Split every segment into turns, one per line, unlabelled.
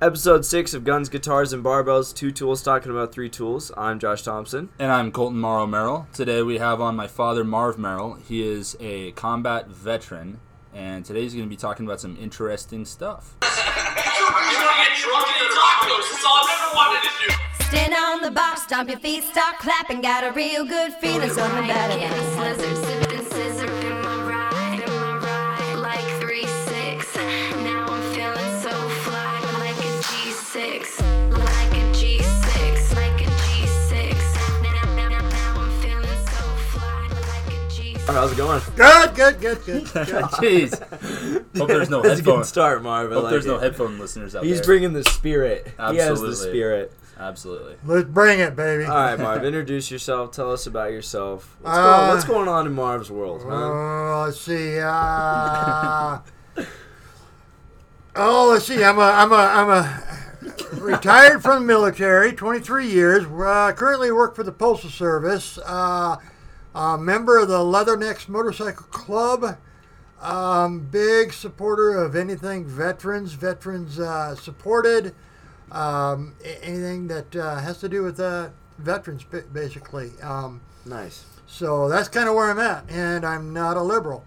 Episode 6 of Guns, Guitars, and Barbells Two Tools Talking About Three Tools. I'm Josh Thompson.
And I'm Colton Morrow Merrill. Today we have on my father, Marv Merrill. He is a combat veteran, and today he's going to be talking about some interesting stuff.
You're gonna get drunk and eat tacos. That's all I've ever wanted to do.
Stand on the box, stomp your feet, start clapping. Got a real good feeling, something better than
Scissors, sipping scissor, am I right? Am I right? Like three six. Now I'm feeling so fly, like a G six, like a G six, like a G six. Now, now, now, now I'm feeling so fly, like a G six.
How's it going?
Good, good, good, good.
Jeez. Hope there's no
That's a good
headphones.
start, Marv. I
Hope
like
there's
it.
no headphone listeners out
He's
there.
bringing the spirit. He has the
Absolutely.
spirit.
Absolutely.
Let's bring it, baby.
All right, Marv, introduce yourself. Tell us about yourself. What's,
Uh,
going, what's going on in Marv's world, huh?
Uh, let's see. Uh, oh, let's see. I'm a, I'm a, I'm a retired from the military, 23 years. Uh, currently work for the Postal Service. Uh, a member of the Leathernecks Motorcycle Club. Um, big supporter of anything veterans, veterans uh, supported. Um, a- anything that uh, has to do with uh, veterans, ba- basically. Um,
Nice.
so that's kind of where I'm at, and I'm not a liberal.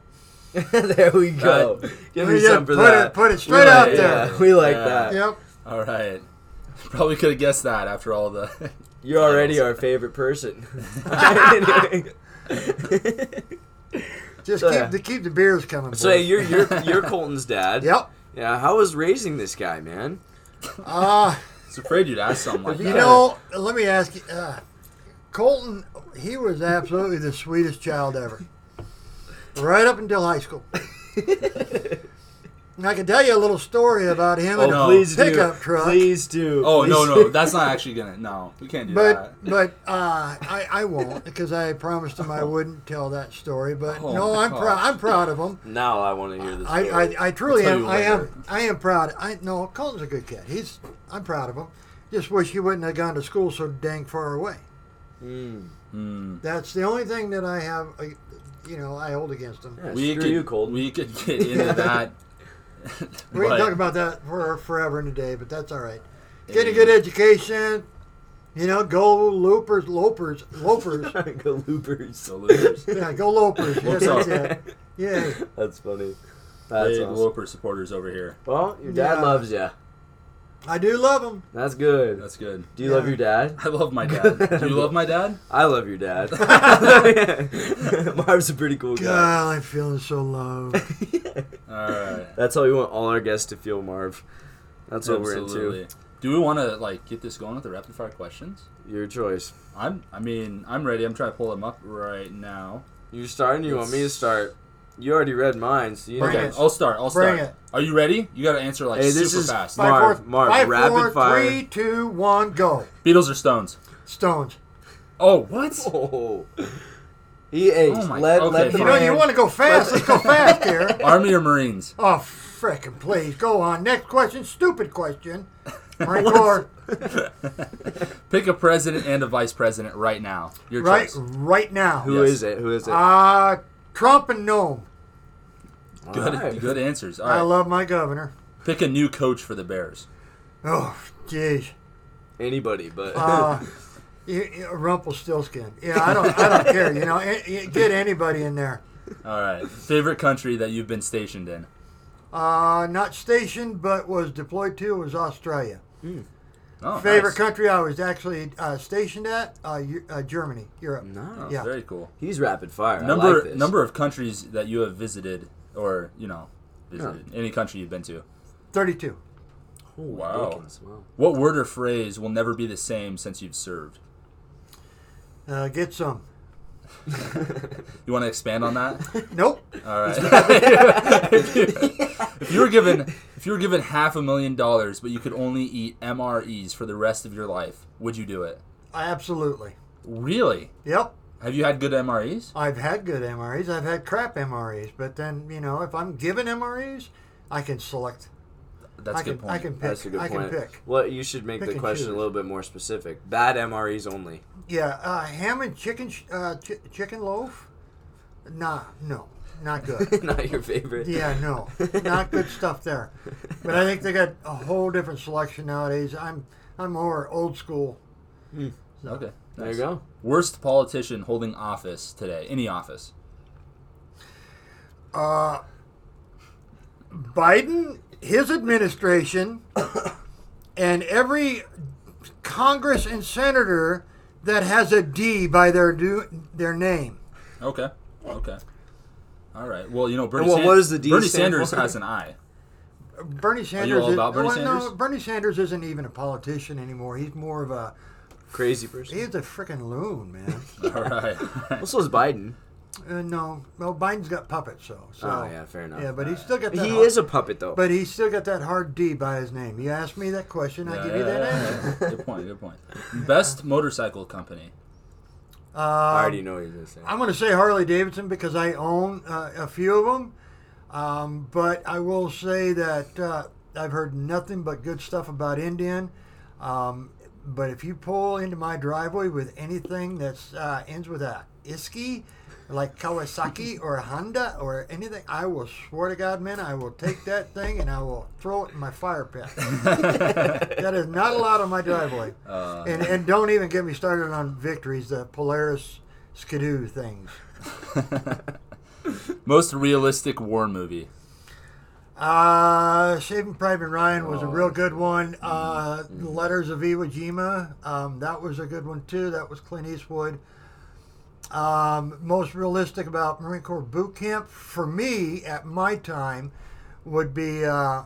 there we go.
Right.
Give
We
me
just
some for
put
that.
it- put it
We
straight
like-
out
yeah,
there.
we like
Yeah.
that.
Yep.
All right. Probably could have guessed that after all the.
You're already our favorite person.
Just
So,
keep
yeah.
the keep the beers coming.
so
boys.
you're you're you're Colton's dad.
Yep.
Yeah. How was raising this guy, man?
Uh,
I was afraid you'd ask something like
you
that.
know, let me ask you, uh, Colton. He was absolutely the sweetest child ever, right up until high school. And I can tell you a little story about him.
Oh,
and
no.
please do.
Pickup truck.
Please do.
Oh, no,
Please-
no. That's not actually going to. No, we can't do that.
But but uh, I I won't because I promised him I wouldn't tell that story. But
Oh,
no,
my
I'm proud. I'm proud of him.
Now I want to hear this.
I,
story.
I, I truly
I'll tell
am.
you
I
later.
am. I am proud. I no, Colton's a good kid. He's. I'm proud of him. Just wish he wouldn't have gone to school so dang far away.
Hmm.
That's the only thing that I have. uh, You know, I hold against him.
Yeah,
we
screw
could,
you, Colton.
We could get into that.
We can
but-
talk about that for forever and a day, but that's all right. Get a good education. You know, go loopers, lopers, lopers.
Go loopers.
the losers.
yeah, go lopers. Yeah,
What's up?
that's it. Yeah.
That's funny. That's
Big
awesome.
Whooper supporters over here.
Well, your dad
Yeah.
loves you.
I do love him.
That's good.
That's good.
do you love
yeah.
your dad?
I love my dad. Do you love my dad?
I love your dad. Marv's a pretty cool guy.
God, I'm feeling so loved.
All right.
That's how we want all our guests to feel, Marv. That's what we're
Absolutely.
into.
Do we want to like get this going with the rapid fire questions?
Your choice.
I'm. I mean, I'm ready. I'm trying to pull them up right now.
You starting? You want me to
Let's-
start? You already read mine, so you
Bring
know.
Okay,
it.
I'll start. I'll
Bring
start.
it.
Are you ready? You got to answer like
Hey,
super
this is
fast.
my- Marv, Marv,
five,
rapid
four,
fire.
Three, two, one, go.
Beatles or Stones?
Stones.
Oh, what?
Oh. He ate.
Oh my-
let,
okay,
let the
You
fine.
know,
man-
you want to go fast. Let's go fast here.
Army or Marines?
Oh, frickin' please. Go on. Next question. Stupid question. Marine Corps.
Pick a president and a vice president right now. Your
Right,
choice.
right now.
Who
Yes.
is it? Who is it?
Uh, Trump and Nome.
All
Good,
right.
good answers. All
I
right.
love my governor.
Pick a new coach for the Bears.
Oh, jeez.
Anybody, but
Uh, you, you, Rumpelstiltskin. Yeah, I don't, I don't care. You know, a- a- get anybody in there.
All right. Favorite country that you've been stationed in?
Uh, not stationed, but was deployed to was Australia.
Oh,
Favorite
nice.
country I was actually uh, stationed at? Uh, Eu- uh, Germany, Europe.
No.
Oh,
Yeah.
Very cool.
he's rapid fire. I
number
like this.
number of countries that you have visited or you know visited any country you've been to
32.
Holy
Wow.
dickens, wow.
what word or phrase will never be the same since you've served
Uh, get some.
you want to expand on that
Nope.
all right if, you, if you were given if you were given half a million dollars but you could only eat mres for the rest of your life would you do it
Absolutely.
really
Yep.
have you had good mres
I've had good MREs. I've had crap MREs. But then, you know, if I'm given MREs, I can select.
that's
I
a
can,
good point
I can pick.
That's a good
I can
point.
pick.
Well, you should make
Pick
the
and
question a
choose.
little bit more specific. Bad MREs only.
Yeah. Uh, ham and chicken, sh- uh, chi chicken loaf? Nah, no. not good.
Not your favorite.
Yeah, no, not good stuff there. But I think they got a whole different selection nowadays. I'm I'm more old school.
Okay.
There you go.
Worst politician holding office today, any office.
Biden, his administration, and every Congress and senator that has a D by their do, their name.
Okay. Okay. All right. Well, you know, Bernie,
well,
San-
what does the D
Bernie
stand
Sanders
for?
has an eye.
Bernie Sanders.
all
is-
about Bernie
well, No,
Sanders?
Bernie Sanders isn't even a politician anymore. He's more of a
Crazy person.
he's a freaking loon, man.
All right.
Also, is Biden.
uh, no, well, Biden's got puppets, so. so
Oh, yeah, fair enough.
Yeah, but he's still got that.
He
hard-
is a puppet, though.
But he's still got that hard D by his name. You asked me that question, I give you that answer.
Yeah, Good point. Good point. Best motorcycle company.
I already know what he's gonna say.
um, I'm going to say Harley Davidson because I own uh, a few of them. Um, but I will say that uh, I've heard nothing but good stuff about Indian. Um, but if you pull into my driveway with anything that uh, ends with a Iski, like Kawasaki or Honda or anything, I will swear to God, man, I will take that thing and I will throw it in my fire pit. that is not allowed on my driveway. and, and don't even get me started on victories, the Polaris Skidoo things.
Most realistic war movie.
Uh, Saving Private Ryan was a real good one. Uh, Letters of Iwo Jima, um, that was a good one too. That was Clint Eastwood. Um, most realistic about Marine Corps boot camp for me at my time would be uh,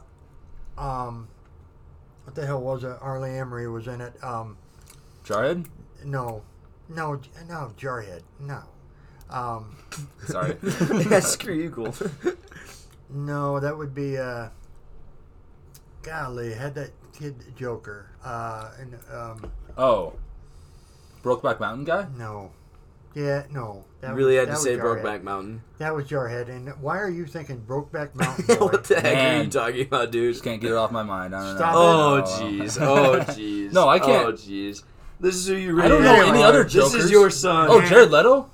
um, what the hell was it? Arlie Emery was in it. Um,
Jared.
no, no, no, Jarhead, no. Um,
Sorry.
yeah, screw you, cool.
No, that would be uh golly, had that kid Joker. Uh and um
oh. Brokeback Mountain guy.
no. Yeah, no. That
really had
was,
to
that
say
was Jarhead.
Brokeback Mountain.
That was Jarhead. And why are you thinking Brokeback Mountain? Boy?
what the heck are
Man.
you talking about, dude?
Can't get it off my mind. I don't
Stop
know.
Oh,
Oh.
jeez. Oh, jeez.
No, I can't.
Oh, jeez. This is who you
I
really
don't know
are.
any other
This
Jokers.
is your son.
Oh, Jared Leto.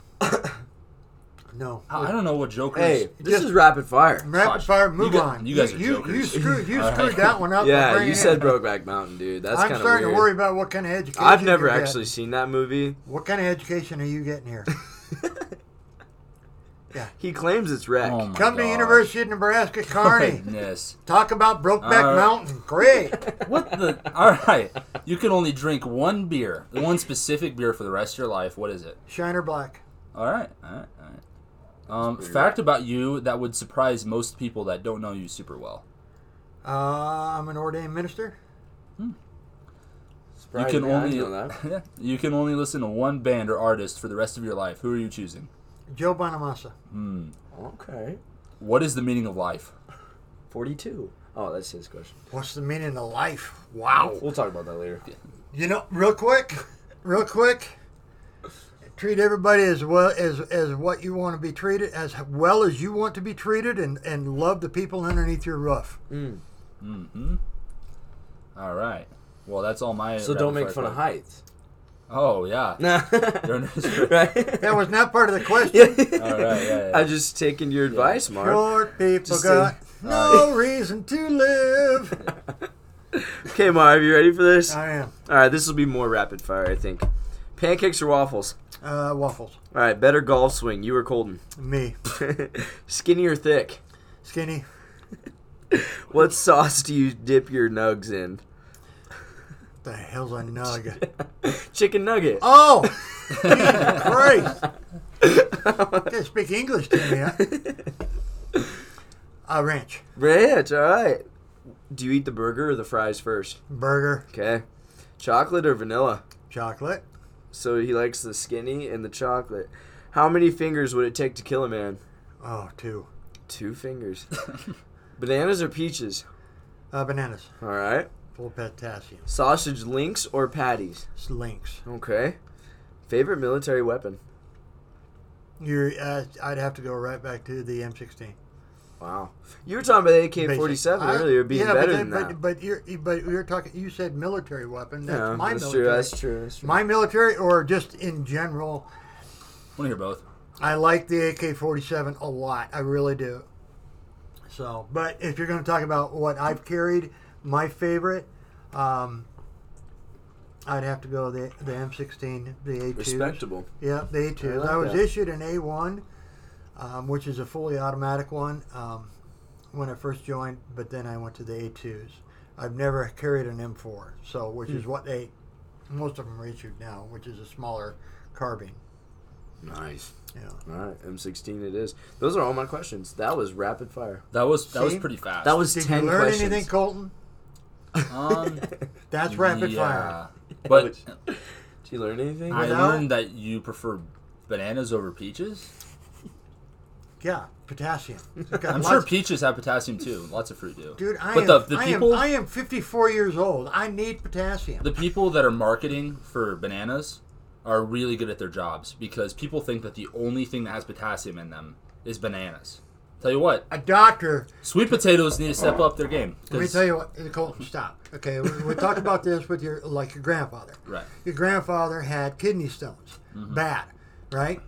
No.
Oh, I I don't know what Jokers.
Hey, this
Just-
is rapid fire.
Rapid
Gosh,
fire, move
you gu-
on.
you guys are
you, you
jokers.
screwed you
All
screwed
right.
that one up. by
Yeah,
bringing
you
it
said
in.
Brokeback Mountain, dude. That's
I'm
kind of
starting
weird.
to worry about what kind of education.
I've never
you're
actually Oh
Getting.
seen that movie.
What kind of education are you getting here?
He claims it's wreck.
Oh my
Come to
gosh.
University of Nebraska Kearney.
Goodness.
Talk about Brokeback
All right.
Mountain. Great.
What the? All right. You can only drink one beer, one specific beer for the rest of your life. What is it?
Shiner Black.
All right. All right. All right. Um, fact about you that would surprise most people that don't know you super well.
Uh, I'm an ordained minister.
You
Surprised
can
me, I
only
didn't know that.
yeah, you can only listen to one band or artist for the rest of your life. Who are you choosing?
Joe Bonamassa.
Okay.
What is the meaning of life?
42. Oh, that's his question.
What's the meaning of life? Wow.
We'll talk about that later.
You know, real quick, real quick. Treat everybody as well as as what you want to be treated, as well as you want to be treated, and and love the people underneath your roof.
All right. Well, that's all my.
So don't make fun of heights.
Oh yeah.
right?
Don't- all
That was not part of the question.
right. Yeah, yeah.
I'm just taking your advice, Mark.
Short people
Just
got
a-
no reason to live.
Okay, Marv, you ready for this?
I am
All right, this will be more rapid fire, I think. Pancakes or waffles?
uh, waffles.
All right, better golf swing. You or Colton?
Me
Skinny or thick?
skinny
What sauce do you dip your nugs in?
the hell's a nug?
Chicken nugget.
Oh, Jesus Christ! Can't speak English to me. Huh? Uh, ranch
Ranch. All right. Do you eat the burger or the fries first?
burger,
Okay. Chocolate or vanilla?
chocolate.
So he likes the skinny and the chocolate. How many fingers would it take to kill a man?
Oh, two
Two fingers. Bananas or peaches?
uh, bananas,
All right.
full of potassium,
Sausage links or patties?
links.
Okay. Favorite military weapon?
You're, uh, I'd have to go right back to the M16.
Wow. You were talking about AK forty
Basic.
seven
I-
earlier being
yeah,
better
but
than
but,
that.
But you're, but you're talking. You said military weapon. That's
Yeah,
my
that's
military.
true. That's true. That's true.
My military, or just in general.
Want to hear both?
I like the AK-47 a lot. I really do. So, but if you're going to talk about what I've carried, my favorite, um, I'd have to go the the M16, the A2.
Respectable.
Yeah, the A2.
I like
I was
that.
issued an A1, um, which is a fully automatic one um, when I first joined, but then I went to the A2s. I've never carried an M4, so which
Hmm.
is what they most of them are issued now, which is a smaller carbine.
Nice.
Yeah.
All right, M16 it is. Those are all my questions. That was rapid fire.
That was that was
See?
pretty fast.
That was
Did
10
you learn
questions.
anything, Colton?
um,
That's rapid
yeah.
fire.
But
Did you learn anything?
I
Without-
learned that you prefer bananas over peaches.
Yeah, potassium. It's got
I'm
lots-
sure peaches have potassium too. Lots of fruit do.
Dude, I
but
am,
the, the
I,
people
am, I am 54 years old. I need potassium.
the people that are marketing for bananas are really good at their jobs because people think that the only thing that has potassium in them is bananas. Tell you what,
a doctor
sweet potatoes need to step up their game.
Let me
'cause-
tell you what, Colton, stop. Okay, we, we talked about this with your, like your grandfather.
Right.
Your grandfather had kidney stones, bad, right?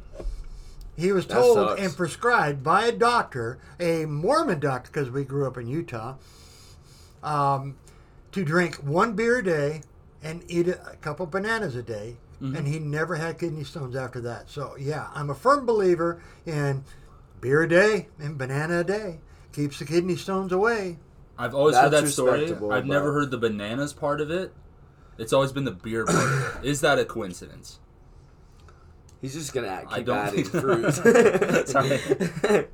He was
Mm-hmm. That
told
sucks.
and prescribed by a doctor, a Mormon doctor, because we grew up in Utah, um, to drink one beer a day and eat a, a couple bananas a day,
Mm-hmm.
and he never had kidney stones after that. So yeah, I'm a firm believer in beer a day and banana a day keeps the kidney stones away.
I've always heard
That's
that story. I've
respectable, but-
never heard the bananas part of it. It's always been the beer part of it. Is that a coincidence?
He's just going to
I
keep
don't
adding
think-
fruit.
Sorry.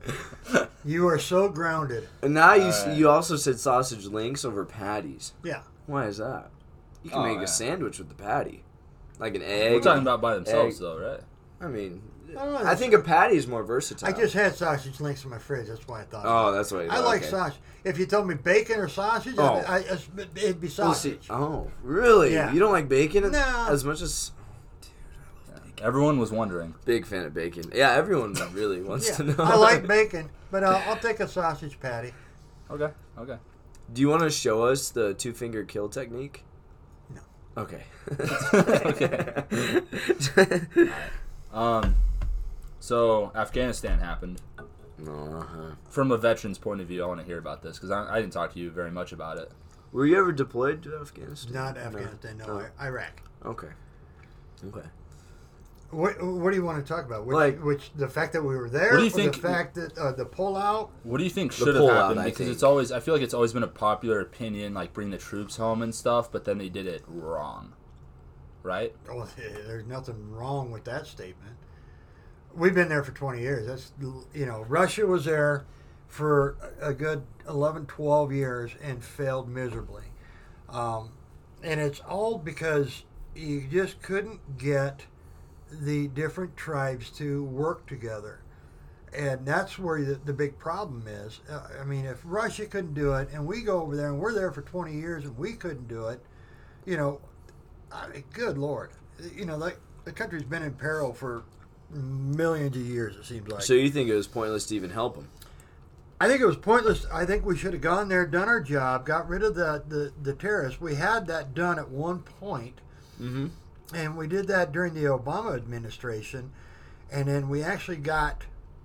You are so grounded.
And now you s
All right.
you also said sausage links over patties.
Yeah.
Why is that? You can
Oh,
make
yeah.
a sandwich with the patty, like an egg.
We're talking about by themselves,
Egg.
though, right?
I mean,
I don't know.
I think a patty is more versatile.
I just had sausage links in my fridge. That's why I thought.
Oh, that's what you
I like
okay.
sausage. If you told me bacon or sausage,
Oh.
I, I, it'd
Well,
be
see-
sausage.
Oh, really?
Yeah.
You don't like bacon as-
No.
as much as
Everyone was wondering.
big fan of bacon. Yeah, everyone really wants
yeah.
to know.
I like bacon, but uh, I'll take a sausage patty.
Okay, okay.
Do you want to show us the two finger kill technique?
No.
Okay.
Okay. Um, so Afghanistan happened.
Uh-huh.
From a veteran's point of view, I want to hear about this because I, I didn't talk to you very much about it.
Were you ever deployed to Afghanistan?
Not Afghanistan, no,
No.
I- Iraq.
Okay. Okay.
What, what do you want to talk about? Which,
Like-
which the fact that we were there,
What do you
or
think-
the fact that uh, the pullout?
What do you think should have
pullout,
happened?
I
Because
think.
it's always, I feel like it's always been a popular opinion, like bring the troops home and stuff, but then they did it wrong, right?
Oh, there's nothing wrong with that statement. We've been there for 20 years. That's you know, Russia was there for a good 11, 12 years and failed miserably. Um, and it's all because you just couldn't get the different tribes to work together. And that's where the, the big problem is. Uh, I mean, if Russia couldn't do it, and we go over there and we're there for 20 years and we couldn't do it, you know, I mean, good lord, you know, like the country's been in peril for millions of years. It seems like.
So you think it was pointless to even help him?
I think it was pointless. I think we should have gone there, done our job, got rid of the the, the terrorists. We had that done at one point,
Mhm.
and we did that during the Obama administration, and then we actually got,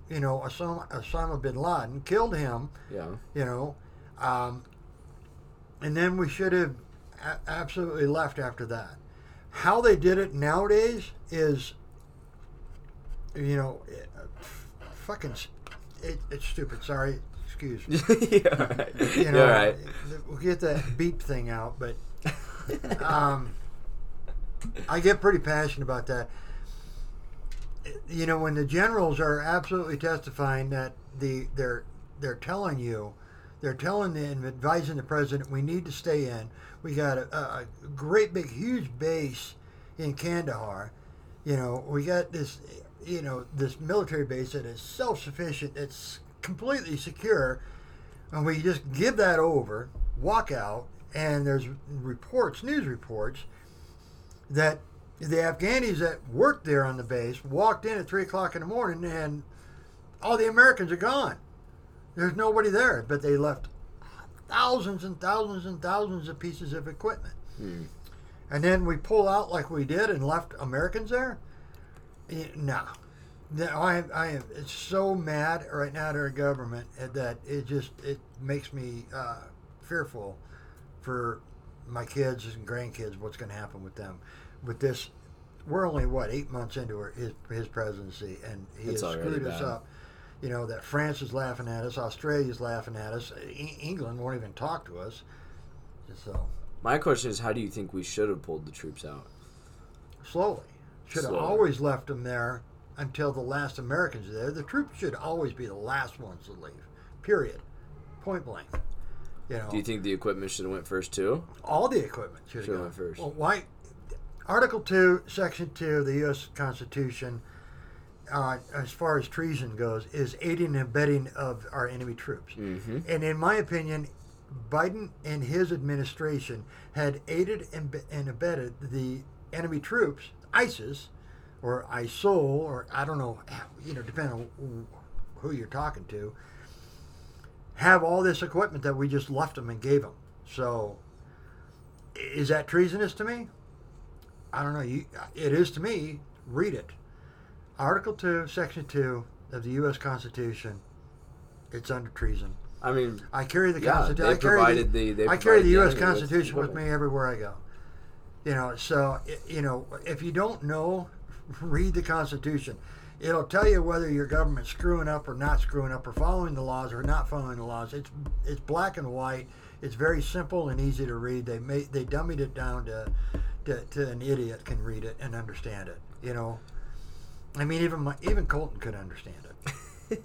you know, Osama, Osama bin Laden, killed him,
Yeah.
you know, um, and then we should have a- absolutely left after that. How they did it nowadays is, you know, it- uh, fucking, s- it, it's stupid. Sorry, excuse me.
You're right.
You know,
You're right.
we'll get that beep thing out, but um, I get pretty passionate about that. You know, when the generals are absolutely testifying that the they're they're telling you, they're telling the and advising the president, we need to stay in. We got a, a a great big huge base in Kandahar. You know, we got this, you know, this military base that is self-sufficient. It's completely secure and we just give that over, walk out, and there's reports, news reports, that the Afghanis that worked there on the base walked in at three o'clock in the morning, and all the Americans are gone. There's nobody there, but they left thousands and thousands and thousands of pieces of equipment. And then we pull out like we did and left Americans there. Eh, No, that I am, I am it's so mad right now at our government eh, that it just it makes me uh, fearful for my kids and grandkids. What's going to happen with them with this? We're only what eight months into her, his his presidency, and he
It's
has
already
screwed us
bad.
up. You know that France is laughing at us, Australia's laughing at us, e- England won't even talk to us. So
My question is, how do you think we should have pulled the troops out?
slowly. Should have
Slowly.
always left them there until the last Americans are there. The troops should always be the last ones to leave. Period. Point blank. You know,
Do you think the equipment should have went first too?
all the equipment should have
Should've
gone
went first.
Well, why? Article two, section two of the U.S. Constitution, uh, as far as treason goes, is aiding and abetting of our enemy troops. And in my opinion, Biden and his administration had aided and, be- and abetted the enemy troops, ISIS, or ISIL, or I don't know, you know, depending on who you're talking to, have all this equipment that we just left them and gave them. So is that treasonous to me? I don't know. You, it is to me. Read it. Article 2, Section 2 of the U.S. Constitution. It's under treason.
I mean,
I carry the
Yeah,
Constitution.
they
I carry
provided the- they
I carry
provided
the
the
U.S.
enemy with
Constitution with,
equipment.
me everywhere I go. You know, so i- you know, if you don't know, read the Constitution. It'll tell you whether your government's screwing up or not screwing up, or following the laws or not following the laws. It's it's black and white. It's very simple and easy to read. They made they dummied it down to, to to an idiot can read it and understand it. You know, I mean, even my, even Colton could understand it.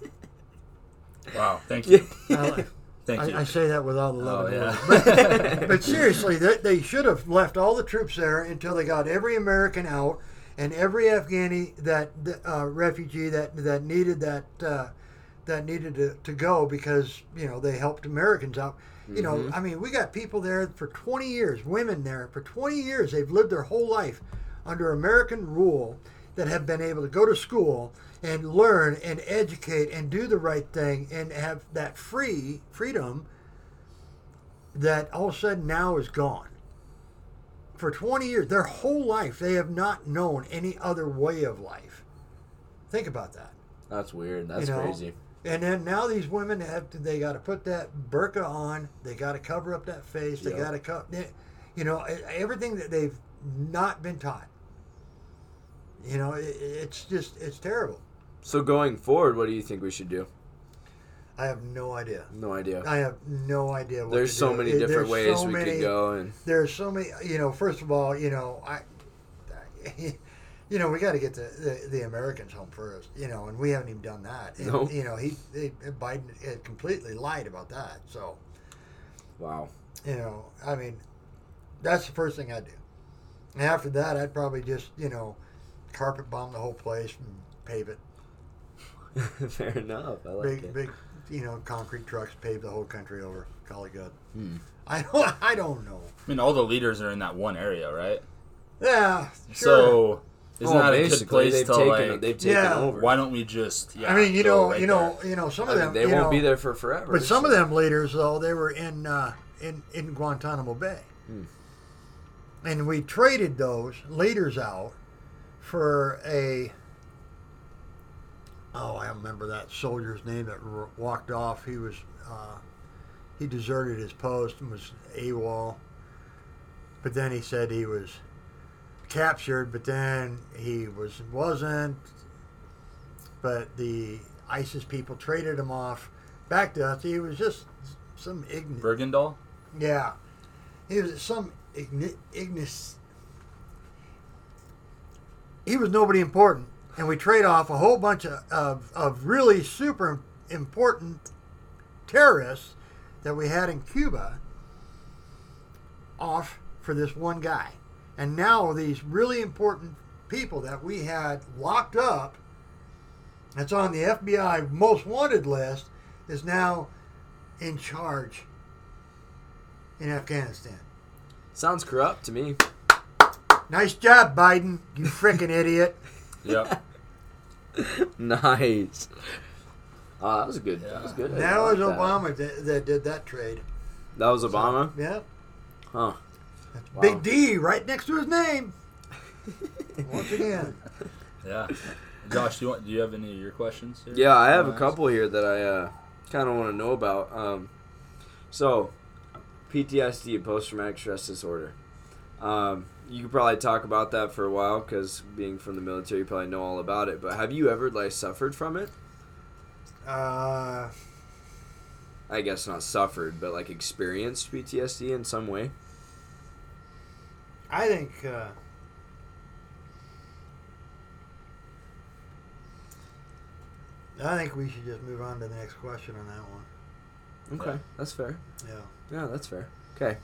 Wow. Thank you.
I,
Thank you.
I, I say that with all the love
oh,
in the world.
yeah.
But seriously, they, they should have left all the troops there until they got every American out and every Afghani that uh, refugee that that needed that uh, that needed to, to go because you know they helped Americans out. You know, I mean, we got people there for 20 years, women there for 20 years. They've lived their whole life under American rule that have been able to go to school and learn and educate and do the right thing and have that free freedom that all of a sudden now is gone. For 20 years, their whole life, they have not known any other way of life. Think about that.
that's weird.
you
That's
know?
crazy.
And then now these women have to, they got to put that burqa on. They got to cover up that face. They
Yep.
got to cover, you know, e- everything that they've not been taught. You know, i- i it's just, it's terrible.
So going forward, what do you think we should do?
I have no idea.
No idea.
I have no idea what
there's
to
so
do.
many
It-
different
there's
ways
so
we
many-
could go, and
there's so many you know first of all you know i you know we got to get the, the the americans home first you know and we haven't even done that and,
Nope.
you know he, he biden had completely lied about that so
wow.
you know i mean that's the first thing i'd do and after that i'd probably just you know carpet bomb the whole place and pave it
Fair enough. I like
big
it.
big you know concrete trucks pave the whole country over call it good i don't i don't know
I mean, all the leaders are in that one area, right?
yeah sure.
So isn't
Oh,
that a
basically,
good place
they've
to
taken,
like?
they've taken
Yeah.
over.
why don't we just? Yeah,
I mean, you
go
know,
right
you know,
there.
you know, some
uh, I
of
mean,
them.
they
you
won't
know,
be there for forever.
But some
so-
of them leaders, though, they were in uh, in in Guantanamo Bay,
Hmm.
and we traded those leaders out for a. Oh, I remember that soldier's name that r- walked off. He was uh, he deserted his post and was AWOL, but then he said he was captured, but then he was wasn't. But the ISIS people traded him off back to us. He was just some ignorant.
Bergendahl.
Yeah, he was some igni- ignis. He was nobody important, and we trade off a whole bunch of, of, of really super important terrorists that we had in Cuba off for this one guy. And now these really important people that we had locked up that's on the FBI most wanted list is now in charge in Afghanistan.
sounds corrupt to me.
Nice job, Biden, you frickin' idiot.
Yep.
Nice. Oh, that was good. That was good. I
That was
like that.
Obama that, that did that trade.
That was Obama.
Yeah.
Huh.
Big D right next to his name. Once again.
Yeah. Josh, do you want? Do you have any of your questions? Here?
Yeah, I have a
Nice.
couple here that I uh, kind of want to know about. Um, so, PTSD, post traumatic stress disorder. Um, you could probably talk about that for a while because being from the military, you probably know all about it. But have you ever like suffered from it?
Uh,
I guess not suffered, but like experienced PTSD in some way.
I think. Uh, I think we should just move on to the next question on that one.
Okay, that's fair.
Yeah.
Yeah, that's fair. Okay,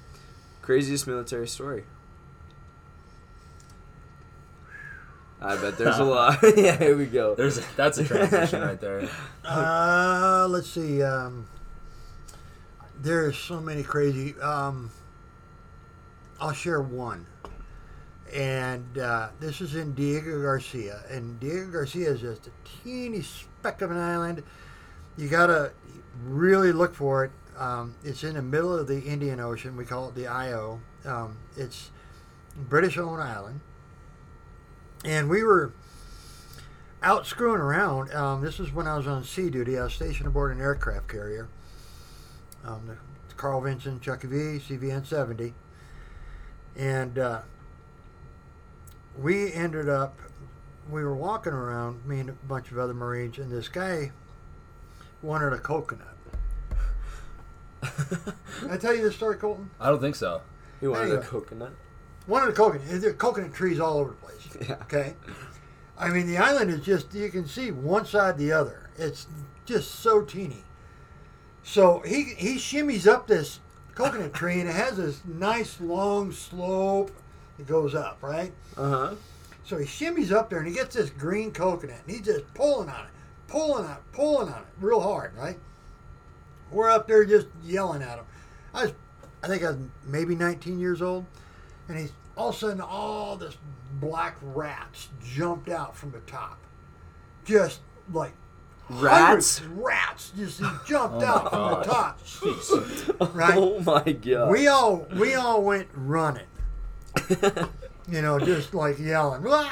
craziest military story. I bet there's a lot. yeah, here we go.
There's that's a transition right there.
Uh, let's see. Um, there's so many crazy. Um, I'll share one. And uh, this is in Diego Garcia. And Diego Garcia is just a teeny speck of an island. You got to really look for it. Um, it's in the middle of the Indian Ocean. We call it the IO. Um, it's British owned island. And we were out screwing around. Um, this was when I was on sea duty. I was stationed aboard an aircraft carrier, um, the Carl Vinson Chuck E. V CVN 70, and uh, we ended up. We were walking around, me and a bunch of other Marines, and this guy wanted a coconut. Did I tell you this story, Colton?
I don't think so.
You wanted
There
a
you go.
coconut?
One of the coconut, there are coconut trees all over the place.
Yeah.
Okay, I mean the island is just you can see one side the other. It's just so teeny. So he he shimmies up this coconut tree and it has this nice long slope that goes up, right?
Uh huh.
So he shimmies up there and he gets this green coconut and he's just pulling on it, pulling on it, pulling on it real hard, right? We're up there just yelling at him. I was, I think I was maybe 19 years old, and he's all of a sudden all this black rats jumped out from the top, just like
Rats?
hundreds of rats just jumped
Oh my
out from the
gosh.
top,
Jeez.
right?
Oh my god.
we all we all went running. you know, just like yelling. "Wah!"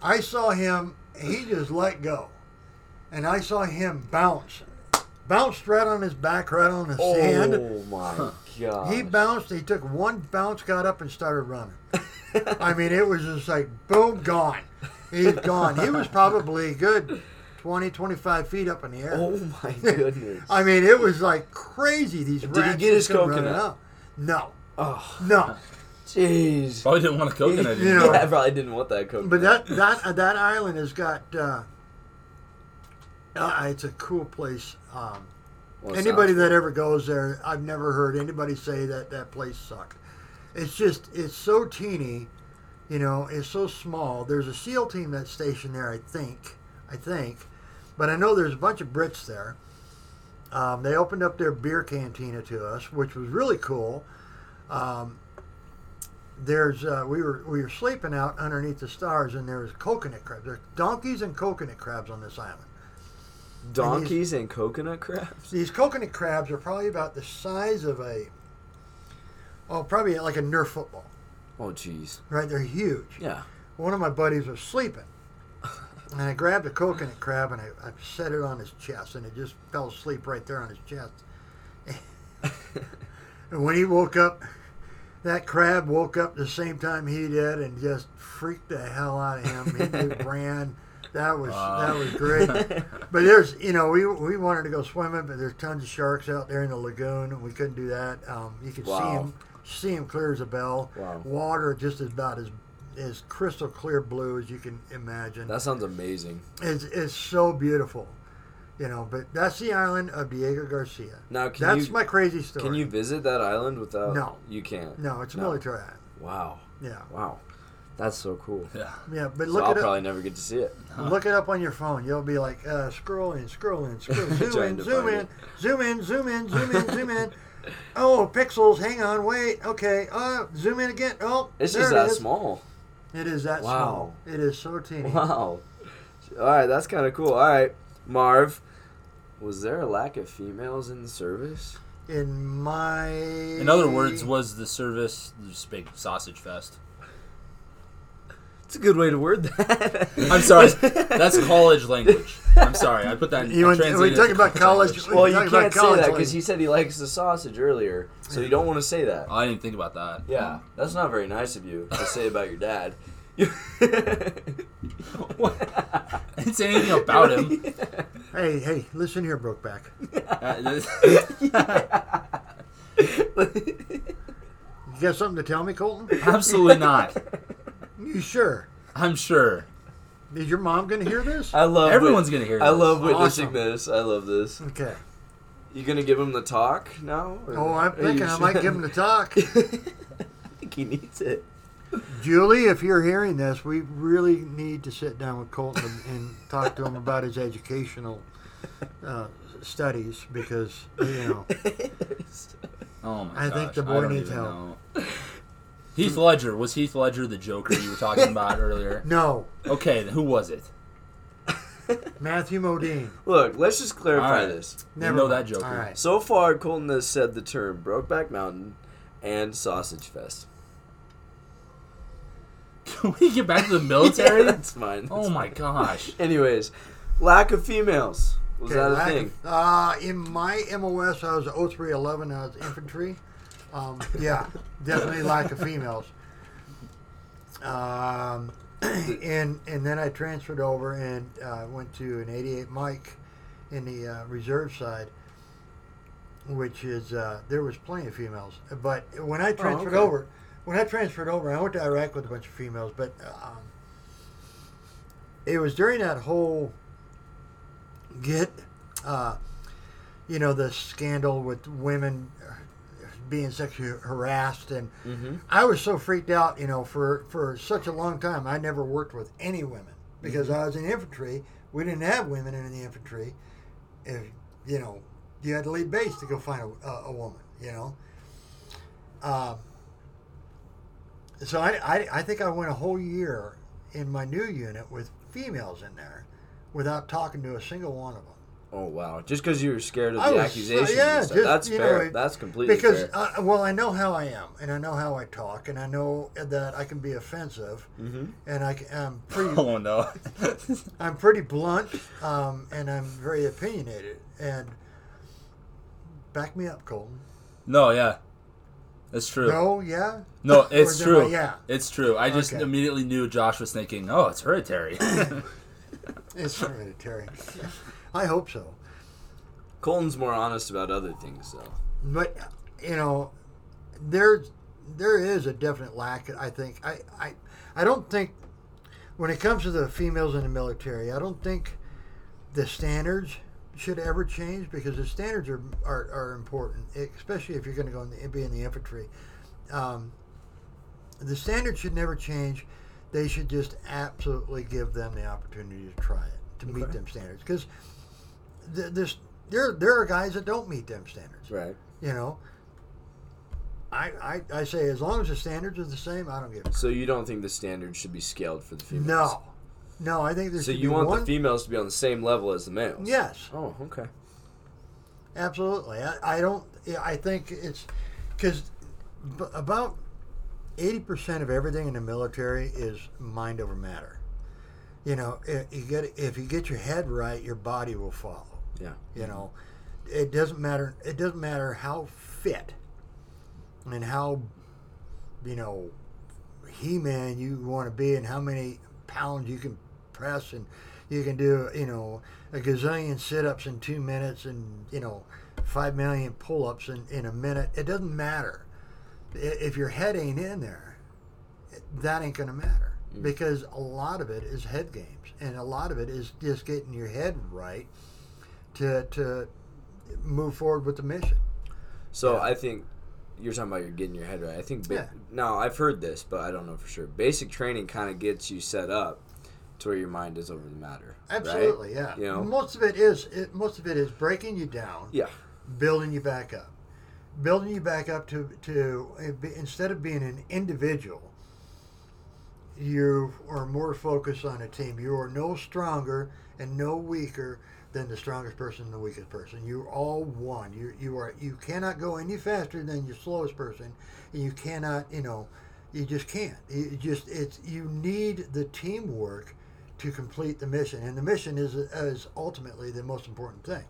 I saw him. He just let go, and I saw him bounce, bounced right on his back, right on the sand.
oh my god.
He bounced. He took one bounce, got up, and started running. I mean, it was just like boom, gone. He's gone. He was probably a good 20, 25 feet up in the air.
oh my goodness.
I mean, it was like crazy. These
he
rats
get his
just come running
coconut?
out. No,
oh,
no.
jeez.
Probably didn't want a coconut.
You know,
Yeah, I probably didn't want that coconut.
But that that uh, that island has got. Uh, uh, it's a cool place. Um,
Well, it
anybody
sounds-
that ever goes there, I've never heard anybody say that that place sucked. It's just it's so teeny, you know. It's so small. There's a SEAL team that's stationed there, I think. I think, but I know there's a bunch of Brits there. Um, they opened up their beer cantina to us, which was really cool. Um, there's uh, we were we were sleeping out underneath the stars, and there was coconut crabs. There's donkeys and coconut crabs on this island.
donkeys and coconut crabs.
These coconut crabs are probably about the size of a, oh, probably like a Nerf football,
Oh jeez.
right? They're huge.
Yeah.
One of my buddies was sleeping, and I grabbed a coconut crab and I, I set it on his chest, and it just fell asleep right there on his chest. and when he woke up, that crab woke up the same time he did and just freaked the hell out of him. He just ran. That was that was great. but there's you know we we wanted to go swimming, but there's tons of sharks out there in the lagoon, and we couldn't do that. Um, you could see
Wow.
them see them clear as a bell.
Wow.
Water just about as as crystal clear blue as you can imagine.
That sounds amazing.
it's it's so beautiful. You know, but that's the island of Diego Garcia.
Now, can
that's
you-
my crazy story.
Can you visit that island without?
No.
You can't.
No, it's a military island.
Wow.
Yeah,
Wow. That's so cool.
Yeah.
yeah. But
So
look
I'll
it up.
probably never get to see it.
Look it up on your phone. You'll be like, uh, scroll in, scroll in, scroll, zoom
Trying
in,
to
zoom
find
in,
it.
zoom in, zoom in, zoom in, zoom in. Oh, pixels. Hang on, wait. Okay. Uh, zoom in again. Oh,
It's
there
just
it
that
is.
small.
It is that
Wow.
small. It is so teeny.
Wow. All right, that's kind of cool. All right, Marv. Was there a lack of females in the service?
In my.
In other words, was the service just big sausage fest?
It's a good way to word that.
I'm sorry. That's college language. I'm sorry. I put that.
You
I
went,
translated it
we talking
to
about
language.
college. we
well, you
talking about
can't say
college
that because
language.
he said he likes the sausage earlier, so you don't want to say that.
Oh, I didn't think about that.
Yeah, that's not very nice of you to say about your dad. What?
I didn't say anything about him.
Hey, hey, listen here, Brokeback. You got something to tell me, Colton?
Absolutely not.
You sure?
I'm sure.
Is your mom going to hear this?
I love.
Everyone's gonna hear
I
this.
love witnessing
Awesome.
this. I love this.
Okay.
You gonna give him the talk now? or-
Oh, I'm
or you
thinking I might give him the talk.
I think he needs it.
Julie, if you're hearing this, we really need to sit down with Colton and, and talk to him about his educational uh, studies because, you know,
Oh my
I
gosh,
think the boy
don't
needs
even
help.
know. Heath Ledger was Heath Ledger the Joker you were talking about earlier?
no,
Okay, then who was it?
Matthew Modine.
Look, let's just clarify
Alright.
this.
Never
know that
mind.
joke.
All right.
So far, Colton has said the term "Brokeback Mountain" and "Sausage Fest."
Can we get back to the military?
That's mine.
Oh my gosh.
Anyways, lack of females was
Okay,
that a
lack
thing?
of- Uh, in my MOS, I was 0311. I was infantry. Um, yeah, definitely lack of females. Um, and and then I transferred over and uh, went to an 88 Mike in the uh, reserve side, which is uh, there was plenty of females. But when I transferred
okay.
over, when I transferred over, I went to Iraq with a bunch of females. But um, it was during that whole get uh, you know the scandal with women being sexually harassed and i was so freaked out you know for for such a long time i never worked with any women because i was in infantry we didn't have women in the infantry if you know you had to leave base to go find a, a, a woman you know um, so I, I, I think i went a whole year in my new unit with females in there without talking to a single one of them
Oh wow! Just because you were scared of
I
the
was-
accusations, and
Oh, yeah,
stuff,
just,
that's
you
fair.
know,
that's completely
because
fair.
uh, well i know how i am and i know how i talk and i know that i can be offensive
Mm-hmm.
and I, am pretty
Oh no.
i'm pretty blunt um, and i'm very opinionated and back me up colton
no, yeah. That's true.
no yeah
No, it's
Or did I-
true.
yeah.
It's true. I just
Okay.
immediately knew Josh was thinking, oh, it's hereditary.
it's hereditary i hope so
Colton's more honest about other things, though.
but you know there's there is a definite lack i think i i, I don't think when it comes to the females in the military i don't think the standards should ever change because the standards are are, are important especially if you're going to go in the, be in the infantry um, the standards should never change they should just absolutely give them the opportunity to try it to meet them standards because th- this there there are guys that don't meet them standards
Right.
you know, I, I I say as long as the standards are the same, I don't give a
So you don't think the standards should be scaled for the females?
no, no. I think there's
So you
be
want
one,
the females to be on the same level as the males?
Yes,
Oh, okay.
absolutely. I, I don't. yeah, I think it's because about eighty percent of everything in the military is mind over matter. You know, i you get if you get your head right, your body will follow.
Yeah.
You know, it doesn't matter. It doesn't matter how fit and how you know he-man you want to be and how many pounds you can press and you can do you know a gazillion sit-ups in two minutes and you know five million pull-ups in, in a minute it doesn't matter I- if your head ain't in there it- that ain't gonna matter because a lot of it is head games and a lot of it is just getting your head right to to move forward with the mission
So I think you're talking about you're getting your head right. I think ba-
Yeah.
now I've heard this, but I don't know for sure. Basic training kind of gets you set up to where your mind is over the matter. right?
Absolutely, yeah.
You know?
Most of it is it, most of it is breaking you down,
Yeah.
building you back up, building you back up to to uh, be- instead of being an individual, you are more focused on a team. You are no stronger and no weaker than the strongest person and the weakest person. You're all one. You you are you cannot go any faster than your slowest person. You cannot you know You just can't. You you just it's you need the teamwork to complete the mission, and the mission is is ultimately the most important thing.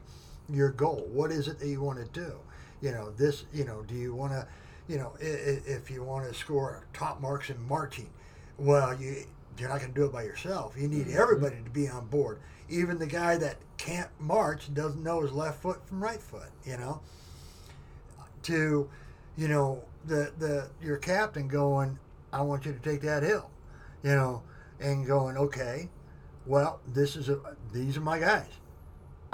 Your goal. What is it that you want to do? You know this. You know, do you want to? You know, i- i- if you want to score top marks in marching, well, you you're not going to do it by yourself. You need everybody to be on board. Even the guy that can't march doesn't know his left foot from right foot. You know to, you know, the the your captain going, I want you to take that hill, you know, and going, okay, well, this is a these are my guys.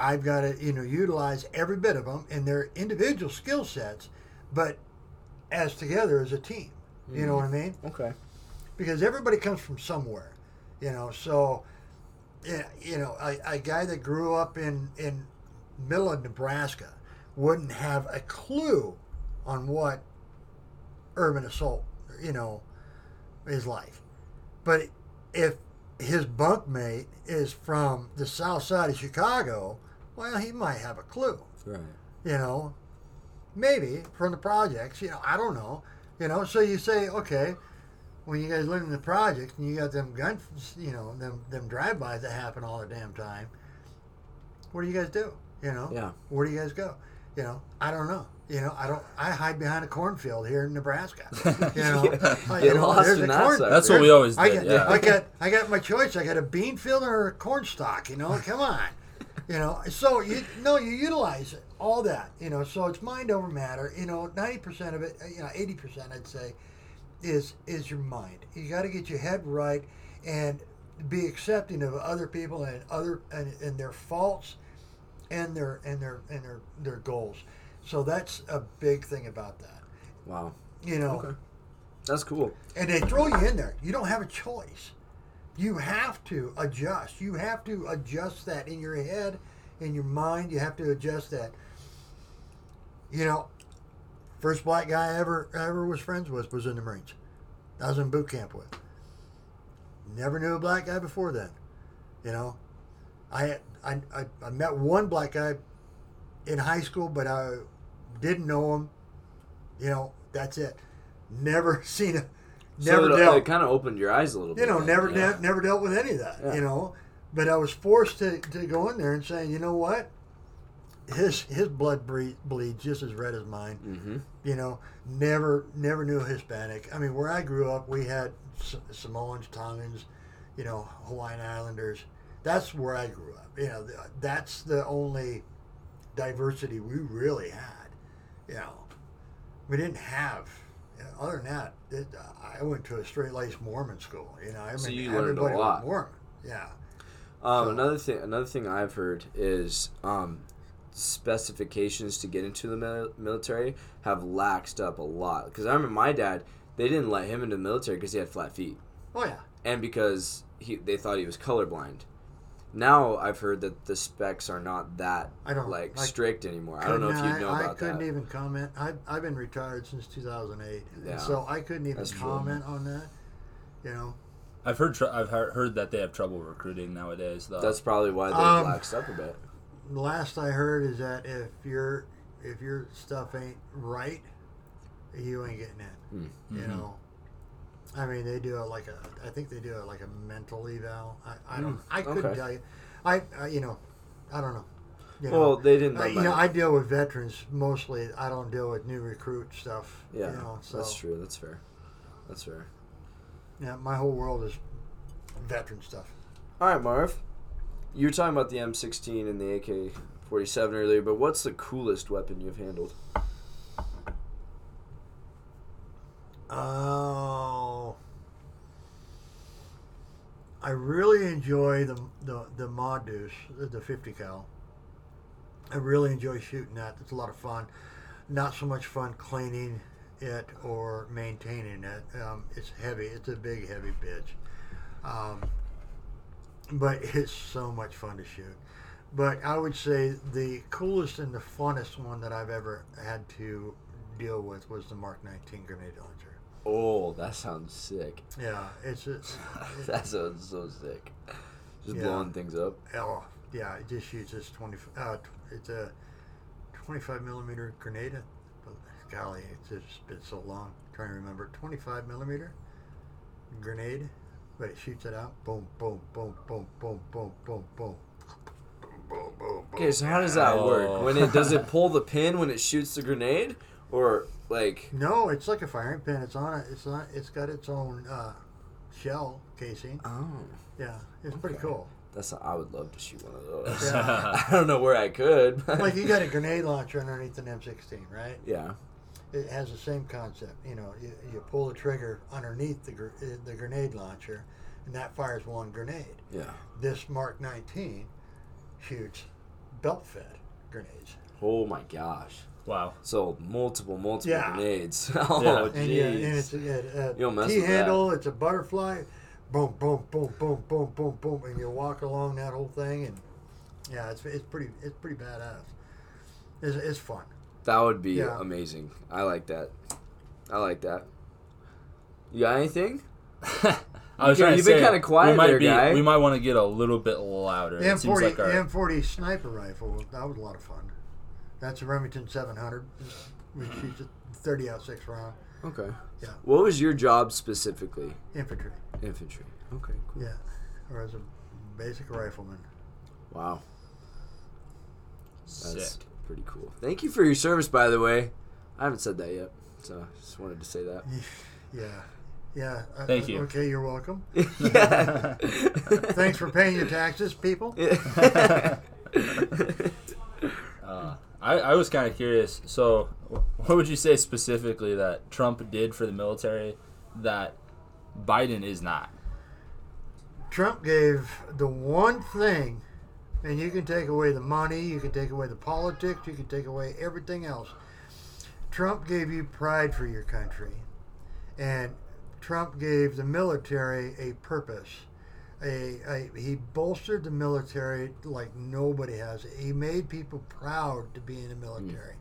I've got to you know utilize every bit of them and their individual skill sets, but as together as a team. You know what I mean?
Okay.
because everybody comes from somewhere, you know. So, yeah, you know, a, a guy that grew up in in middle of Nebraska wouldn't have a clue on what urban assault, you know, is like. But if his bunkmate is from the south side of Chicago, well, he might have a clue
Right.
you know, maybe from the projects, you know, I don't know, you know. So you say, okay, when you guys live in the projects and you got them gun, you know, them them drive-bys that happen all the damn time, what do you guys do? You know,
Yeah.
Where do you guys go? You know, I don't know. You know, I don't. I hide behind a cornfield here in Nebraska. You know, I-
Get
you know,
lost
there's
in
a
that
corn-
sucker.
That's what we always
I
did,
got,
yeah.
I got, I got my choice. I got a bean field or a corn stalk. You know, come on. You know, so you no, you utilize it, all that. You know, so it's mind over matter. You know, ninety percent of it, you know, eighty percent, I'd say, is is your mind. You got to get your head right and be accepting of other people and other and, and their faults and their and their and their their goals. So that's a big thing about that.
Wow.
You know
Okay. That's cool.
and they throw you in there. You don't have a choice. You have to adjust. You have to adjust that in your head, in your mind. You have to adjust that. You know, first black guy I ever ever was friends with was in the Marines. I was in boot camp with. Never knew a black guy before then. You know, I had- I I, I met one black guy in high school, but I didn't know him. You know, that's it. Never seen a never
so it,
dealt
it kind of opened your eyes a little bit.
you know,
then,
never
yeah.
de- never dealt with any of that,
Yeah.
you know. But I was forced to, to go in there and say, you know what, his his blood bre- bleeds just as red as mine.
Mhm.
You know, never never knew Hispanic. I mean, where I grew up, we had S- Samoans, Tongans, you know, Hawaiian Islanders. That's where I grew up. You know, th- that's the only diversity we really had. You know, we didn't have. you know, Other than that, it, I went to a straight-laced Mormon school. You know, I mean,
So you learned a
everybody was
lot.
Mormon. Yeah.
Um,
So-
Another thing, another thing I've heard is um, specifications to get into the mil- military have laxed up a lot. Because I remember my dad, they didn't let him into the military because he had flat feet,
Oh yeah.
and because he they thought he was colorblind. Now I've heard that the specs are not that
I don't-
like
I
strict anymore. I don't know if you
Couldn't-
know
I, I
about
couldn't
that.
even comment. I, I've been retired since 2008,
Yeah.
and so I couldn't even
That's true.
comment on that. You know,
I've heard tr- I've heard, heard that they have trouble recruiting nowadays. Though
That's probably why they
Um,
laxed up a bit.
the last I heard is that if your if your stuff ain't right, you ain't getting
Hmm.
in. You
Mm-hmm.
know, I mean they do it like a. I think they do it like a mental eval. I, I don't. I couldn't
Hmm. okay.
tell you. I, I you know, I don't know. You know,
Well, they didn't.
I,
let
you
my-
know, I deal with veterans mostly. I don't deal with new recruit stuff.
yeah,
you know, so.
that's true. That's fair. That's fair.
Yeah, my whole world is veteran stuff.
All right, Marv. You were talking about the M16 and the AK-47 earlier, but what's the coolest weapon you've handled?
Oh, I really enjoy the the the mod deuce, the- the fifty cal. I really enjoy shooting that. It's a lot of fun. Not so much fun cleaning it or maintaining it. Um, it's heavy. It's a big heavy bitch. Um, but it's so much fun to shoot. But I would say the coolest and the funnest one that I've ever had to deal with was the Mark 19 grenade launcher.
Oh, that sounds sick.
Yeah, it's just,
That sounds so sick. Just
Yeah.
blowing things up.
oh, yeah, it just shoots this 20, uh, it's a 25 millimeter grenade. golly, it's just been so long. I'm trying to remember, 25 millimeter grenade, but it shoots it out. Boom, boom, boom, boom, boom, boom, boom, boom. Boom, boom, boom.
Okay, so how does that
Oh.
work? When it does it pull the pin when it shoots the grenade, or like
No, it's like a firing pin. It's on it. It's on. It's got its own uh, shell casing.
oh,
Yeah, it's pretty cool.
that's I would love to shoot one of those.
Yeah.
I don't know where I could. But
like you got a grenade launcher underneath an M16, right?
yeah,
It has the same concept. You know, you, you pull the trigger underneath the gr- uh, the grenade launcher, and that fires one grenade.
yeah.
This Mark 19 shoots belt-fed grenades.
Oh my gosh.
Wow.
So multiple, multiple
Yeah.
grenades. oh
Yeah.
jeez.
And, yeah, and it's a,
You
a,
don't
a
mess
T
with that.
handle. It's a butterfly. Boom, boom, boom, boom, boom, boom, boom, and you walk along that whole thing, and yeah, it's it's pretty it's pretty badass. It's, it's fun.
That would be
Yeah.
amazing. I like that. I like that. You got anything?
I was
Yeah,
trying
you've
to
been
say,
kinda quiet
we might
there,
be,
guy.
We might want to get a little bit louder.
The
It seems
M40
like our,
M40 sniper rifle that was a lot of fun. That's a Remington 700. We
Hmm.
shoot a 30 out six round
Okay.
Yeah.
What was your job specifically?
infantry.
Infantry. Okay. Cool.
Yeah, or as a basic rifleman.
Wow. That's
sick.
pretty cool. Thank you for your service, by the way. I haven't said that yet, so I just wanted to say that.
Yeah, yeah. I-
Thank you.
Okay, you're welcome.
Yeah.
Thanks for paying your taxes, people.
I, I was kind of curious. So, wh- what would you say specifically that Trump did for the military that Biden is not?
Trump gave the one thing, and you can take away the money, you can take away the politics, you can take away everything else. Trump gave you pride for your country, and Trump gave the military a purpose. A, a, he bolstered the military like nobody has. He made people proud to be in the military.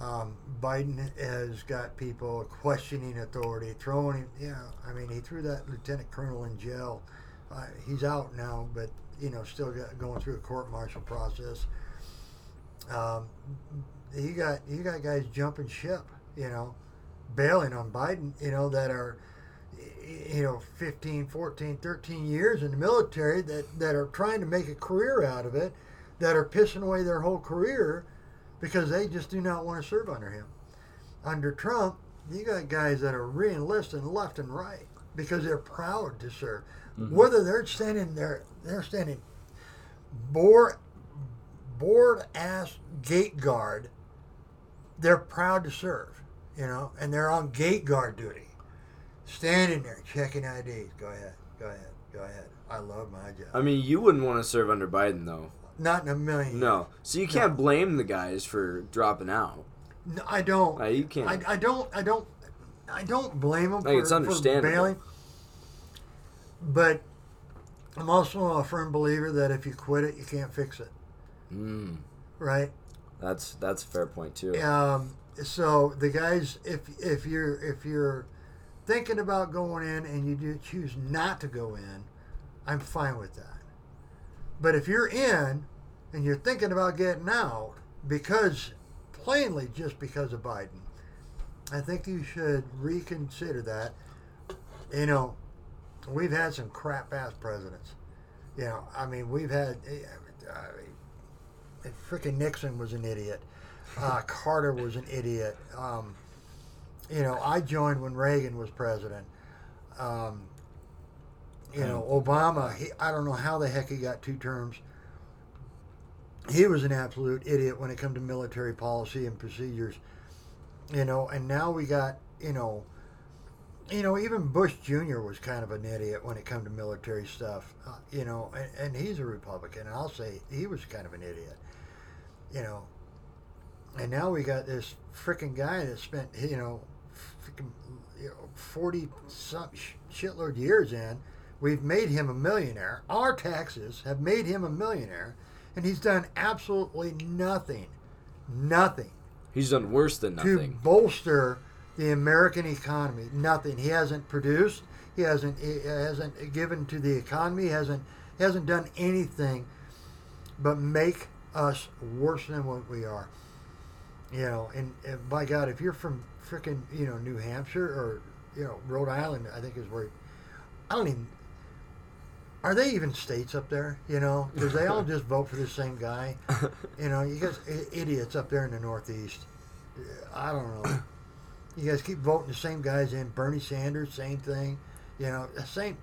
Um, Biden has got people questioning authority, throwing him. Yeah, I mean, he threw that lieutenant colonel in jail. Uh, he's out now, but you know, still got, going through a court martial process. Um, he got he got guys jumping ship, you know, bailing on Biden, you know, that are y- you know 15 14 13 years in the military that that are trying to make a career out of it that are pissing away their whole career because they just do not want to serve under him. Under Trump, you got guys that are re-enlisting left and right because they're proud to serve.
Mm-hmm.
Whether they're standing there, they're standing bored, bored ass gate guard. They're proud to serve, you know, and they're on gate guard duty, standing there checking IDs. Go ahead, go ahead, go ahead. I love my job.
I mean, you wouldn't want to serve under Biden, though.
not in a million.
No. So you can't blame the guys for dropping out.
No, I don't.
Like, you can't.
I, I don't. I don't. I don't blame him.
Like,
for,
it's understandable.
For bailing. But I'm also a firm believer that if you quit it, you can't fix it.
Mm.
Right.
That's that's a fair point too.
Um, so the guys, if if you're if you're thinking about going in and you do choose not to go in, I'm fine with that. But if you're in and you're thinking about getting out because plainly just because of Biden, I think you should reconsider that. You know, we've had some crap ass presidents. You know, I mean, we've had. eh, I mean, freaking Nixon was an idiot. Uh, Carter was an idiot. Um, you know, I joined when Reagan was president. Um, you know, Obama. He, I don't know how the heck he got two terms. He was an absolute idiot when it come to military policy and procedures. You know, and now we got you know, you know, even Bush Jr. was kind of an idiot when it come to military stuff. Uh, you know, and, and he's a Republican. And I'll say he was kind of an idiot. You know, and now we got this freaking guy that spent you know, freaking you know, forty some sh- shitload years in. We've made him a millionaire. Our taxes have made him a millionaire, and he's done absolutely nothing, nothing
He's done worse than
to
nothing.
bolster the American economy. Nothing. He hasn't produced. He hasn't. He hasn't given to the economy. He hasn't. He hasn't done anything but make us worse than what we are. You know, and, and by God, if you're from freaking you know New Hampshire or you know Rhode Island, I think is where I don't even. Are they even states up there? You know, because they all just vote for the same guy. You know, you guys i- idiots up there in the Northeast. I don't know. You guys keep voting the same guys in. Bernie Sanders, same thing. You know, the same.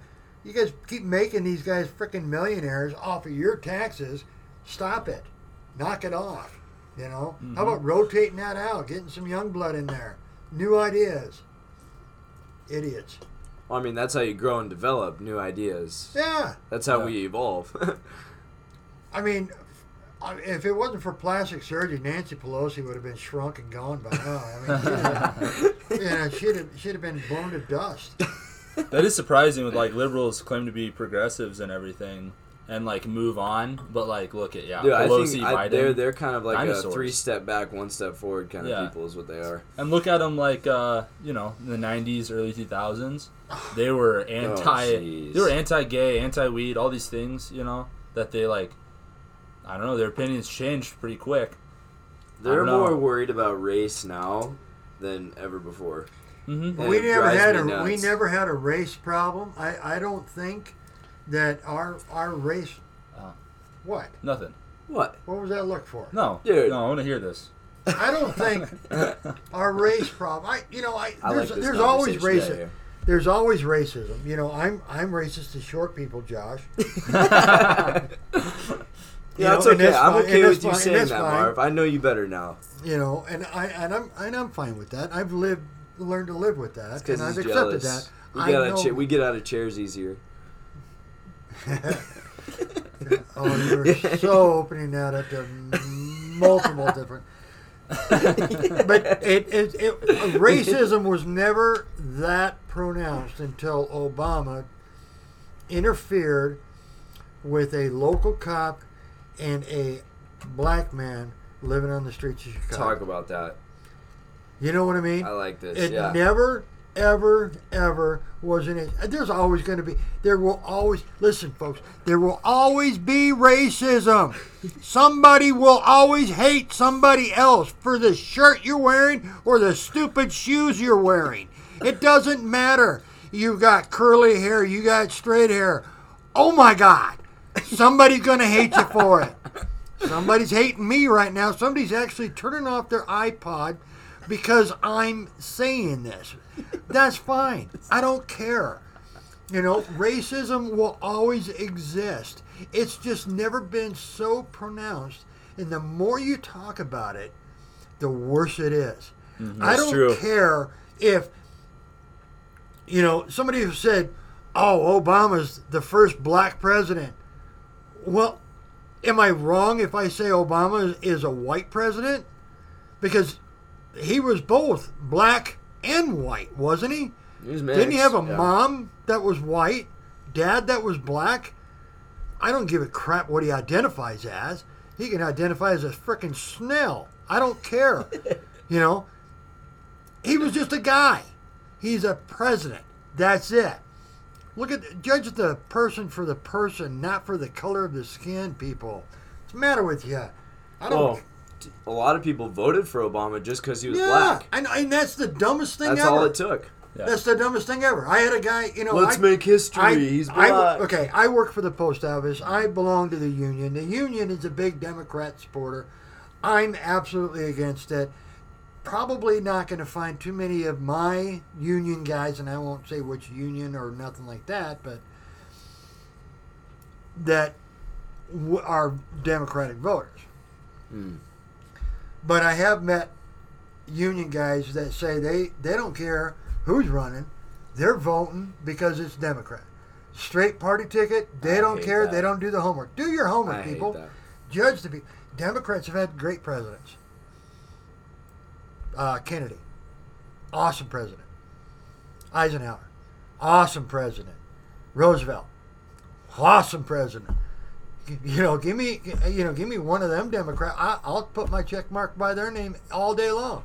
You guys keep making these guys freaking millionaires off of your taxes. Stop it. Knock it off. You know, how about rotating that out, getting some young blood in there, new ideas. Idiots.
Well, I mean, that's how you grow and develop new ideas.
Yeah.
That's how
Yeah.
we evolve.
I mean, I- if it wasn't for plastic surgery, Nancy Pelosi would have been shrunk and gone by now. I mean, she'd have, you know, she'd have, she'd have been blown to dust.
That is surprising with like liberals claim to be progressives and everything and like move on, but like look at yeah,
Dude, I
Pelosi,
think I,
Biden.
they're they're kind of like
Dinosaurs.
a three step back, one step forward kind of
Yeah.
people is what they are.
And look at them like uh, you know in the '90s, early 2000s. They were anti,
Oh, jeez.
they were anti-gay, anti-weed, all these things. You know that they like. I don't know. Their opinions changed pretty quick.
They're
don't know.
more worried about race now than ever before.
Mhm.
And
we
it
never
drives
had
me
a we
nuts.
never had a race problem. I, I don't think that our our race.
Oh.
What?
Nothing.
what
What was that look for?
No,
Dude.
no. I want to hear this.
I don't think our race problem. I you know I,
I
there's,
like this
there's always
conversation
racism.
right here.
There's always racism. You know I'm I'm racist to short people, Josh. You
Yeah,
know,
it's
and
okay.
that's
I'm
fine-
okay
and
with
that's
you
fine- and
saying
that's
that,
fine.
Marv. I know you better now.
You know, and I and I'm and I'm fine with that. I've lived learned to live with that,
Because
and I've
he's
accepted
jealous.
that.
We
I
get, out of
know-
cha- we get out of chairs easier.
Oh, you're so opening that up to multiple different. but it, it, it racism was never that pronounced until Obama interfered with a local cop and a black man living on the streets of Chicago.
Talk about that.
You know what I mean?
I like this.
It
yeah.
never, ever, ever was an issue. There's always going to be, there will always, listen, folks, there will always be racism. somebody will always hate somebody else for the shirt you're wearing or the stupid shoes you're wearing. It doesn't matter. You got curly hair, you got straight hair. Oh my God. Somebody's going to hate you for it. Somebody's hating me right now. Somebody's actually turning off their iPod because I'm saying this. That's fine. I don't care. You know, racism will always exist. It's just never been so pronounced. And the more you talk about it, the worse it is. I
Mm-hmm. That's
don't
true.
care if, you know, somebody who said, oh, Obama's the first black president. Well, am I wrong if I say Obama is a white president? Because he was both black and white, wasn't he?
He's
Didn't he
mixed,
have a
yeah.
mom that was white, dad that was black? I don't give a crap what he identifies as. He can identify as a frickin' snail. I don't care. you know, he was just a guy. He's a president. That's it. Look at judge the person for the person, not for the color of the skin. People, what's the matter with you? I don't.
Oh, a lot of people voted for Obama just because he was
yeah,
black.
and, and that's the dumbest thing
That's
ever.
all it took.
Yeah.
That's the dumbest thing ever. I had a guy, you know.
Let's
I-
make history.
I,
He's
I wo-
black.
okay, I work for the post office. I belong to the union. The union is a big Democrat supporter. I'm absolutely against it. Probably not going to find too many of my union guys, and I won't say which union or nothing like that, but that w- are Democratic voters.
Hmm.
But I have met union guys that say they, they don't care who's running, they're voting because it's Democrat. Straight party ticket, they
I
don't
hate
care,
that.
they don't do the homework. Do your homework,
I hate
people.
that.
Judge the people. Democrats have had great presidents. Uh, Kennedy, awesome president. Eisenhower, awesome president. Roosevelt, awesome president. You know, give me you know, give me one of them Democrat. I, I'll put my check mark by their name all day long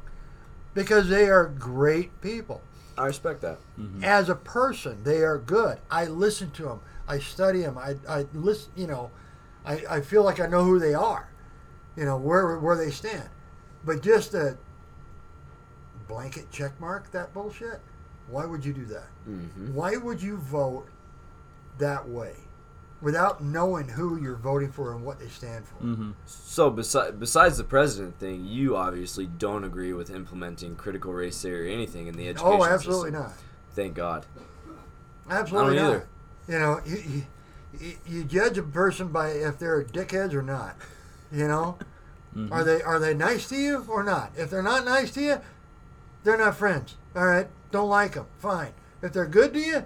because they are great people.
I respect that.
As a person, they are good. I listen to them. I study them. I, I listen. You know, I, I feel like I know who they are. You know where where they stand. But just a blanket check mark that bullshit. Why would you do that?
Mm-hmm.
Why would you vote that way without knowing who you're voting for and what they stand for?
Mm-hmm.
So, besi- besides the president thing, you obviously don't agree with implementing critical race theory or anything in the education
Oh, absolutely
system.
not.
Thank God.
Absolutely
I don't
not.
either.
You know, you, you- you, you judge a person by if they're dickheads or not. You know,
Mm-hmm.
are they are they nice to you or not? If they're not nice to you, they're not friends. All right, don't like them. Fine. If they're good to you,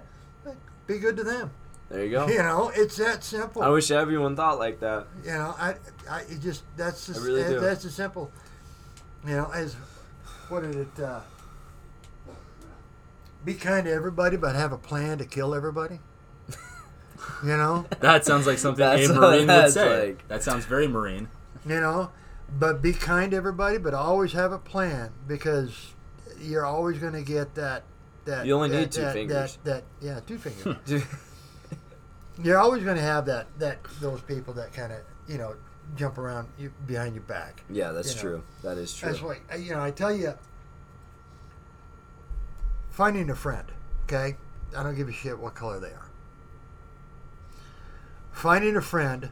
be good to them.
There you go.
You know, it's that simple.
I wish everyone thought like that.
you know, I, I it just that's just
really
that-
do.
that's just simple. You know, as what did it? Uh, be kind to everybody, but have a plan to kill everybody. you know,
That sounds like something
That's
a
what
Marine would
that's
say.
like.
That sounds very Marine.
you know, but be kind to everybody, but always have a plan because you're always going to get that. That,
You only
that-
need two
that-
fingers.
That, that yeah, two fingers.
Dude,
you're always going to have that that those people that kind of you know jump around you, behind your back.
yeah, that's
You know.
true. That is true.
That's why I- you know I tell you, finding a friend. Okay, I don't give a shit what color they are. Finding a friend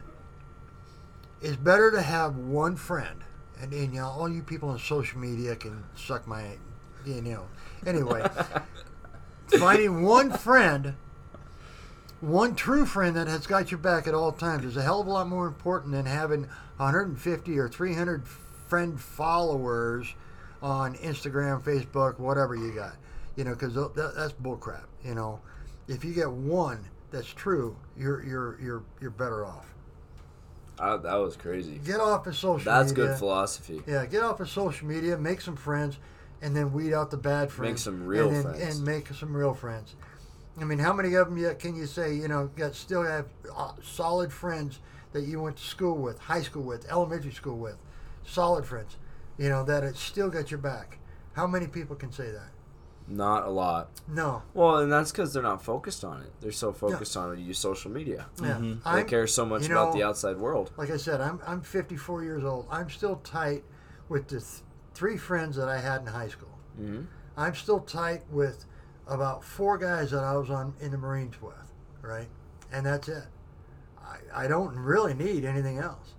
is better to have one friend, and, and you know, all you people on social media can suck my, you know. Anyway, finding one friend, one true friend that has got your back at all times is a hell of a lot more important than having 150 or 300 friend followers on Instagram, Facebook, whatever you got. You know, because that, that's bullcrap. You know, if you get one that's true, you're you're you're you're better off.
I, that was crazy.
Get off of social.
That's
media.
good philosophy.
Yeah, get off of social media, make some friends, and then weed out the bad friends.
some real
and then-
friends.
And make some real friends. I mean, how many of them yet can you say, you know, got still have uh, solid friends that you went to school with, high school with, elementary school with, solid friends, you know, that it still got your back? How many people can say that?
Not a lot.
No.
Well, and that's because they're not focused on it. They're so focused on use social media.
Yeah.
They
I'm-
care so much
you
about
know,
the outside world.
like I said, I'm, I'm 54 years old. I'm still tight with the th- three friends that I had in high school.
Mhm.
I'm still tight with about four guys that I was on in the Marines with, right? And that's it. I, I don't really need anything else,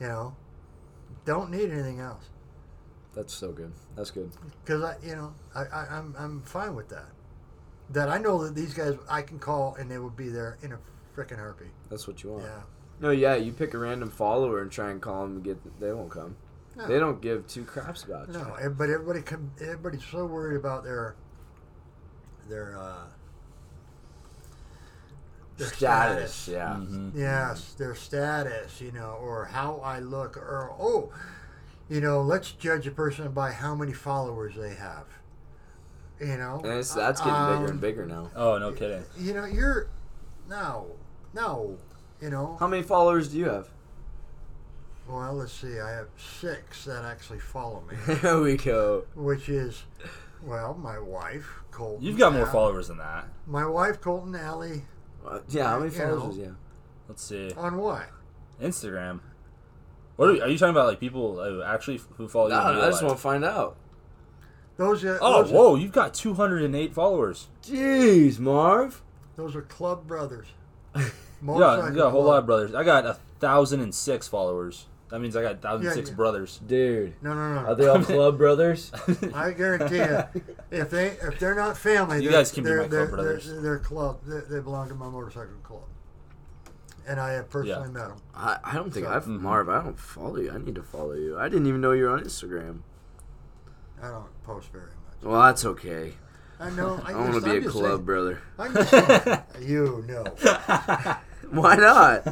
you know. Don't need anything else
That's so good. That's good.
because I, you know, I, I, I'm I'm fine with that. That I know that these guys I can call and they will be there in a freaking heartbeat.
That's what you want.
Yeah.
No, yeah, you pick a random follower and try and call them. And get they won't come.
No.
They don't give two craps about you.
No, ev- but everybody, com- everybody's so worried about their their uh, their
Status, yeah.
Mm-hmm.
Yes, their status, you know, or how I look, or oh, you know, let's judge a person by how many followers they have. You know,
And it's, that's getting bigger and
Um,
bigger now.
Oh, no kidding.
You know, you're no, no. You know,
How many followers do you have?
well, let's see. I have six that actually follow me,
there we go.
which is, well, my wife, Colton.
You've got more
Al-
followers than that.
My wife, Colton Alley,
Uh, yeah, how many
You
followers
know.
do you have?
Let's see.
on what?
Instagram. What are, you- are you talking about? Like people uh, actually who follow you? in
No,
real
I just
life?
want to find out.
Those are
Oh,
those,
whoa! You've got 208 followers.
Jeez, Marv.
those are club brothers.
Yeah,
Motorcycle
you got a whole
club.
lot of brothers. I got a thousand and six followers. That means I got thousand six
yeah.
brothers.
Dude.
No, no, no. no.
Are they all club brothers?
I guarantee you, if they if they're not family,
You
they're-
guys can be
they're-
my club
they're-
brothers.
They're, they're club. They, they belong to my motorcycle club, and I have personally met 'em. met them.
I, I don't think
So-
I've Marv. I don't follow you. I need to follow you. I didn't even know you were on Instagram.
I don't post very much.
Well, that's okay.
I know. I,
I want to
just-
be
I'm
a
just
club brother.
Saying, I'm just saying, you know,
Why not?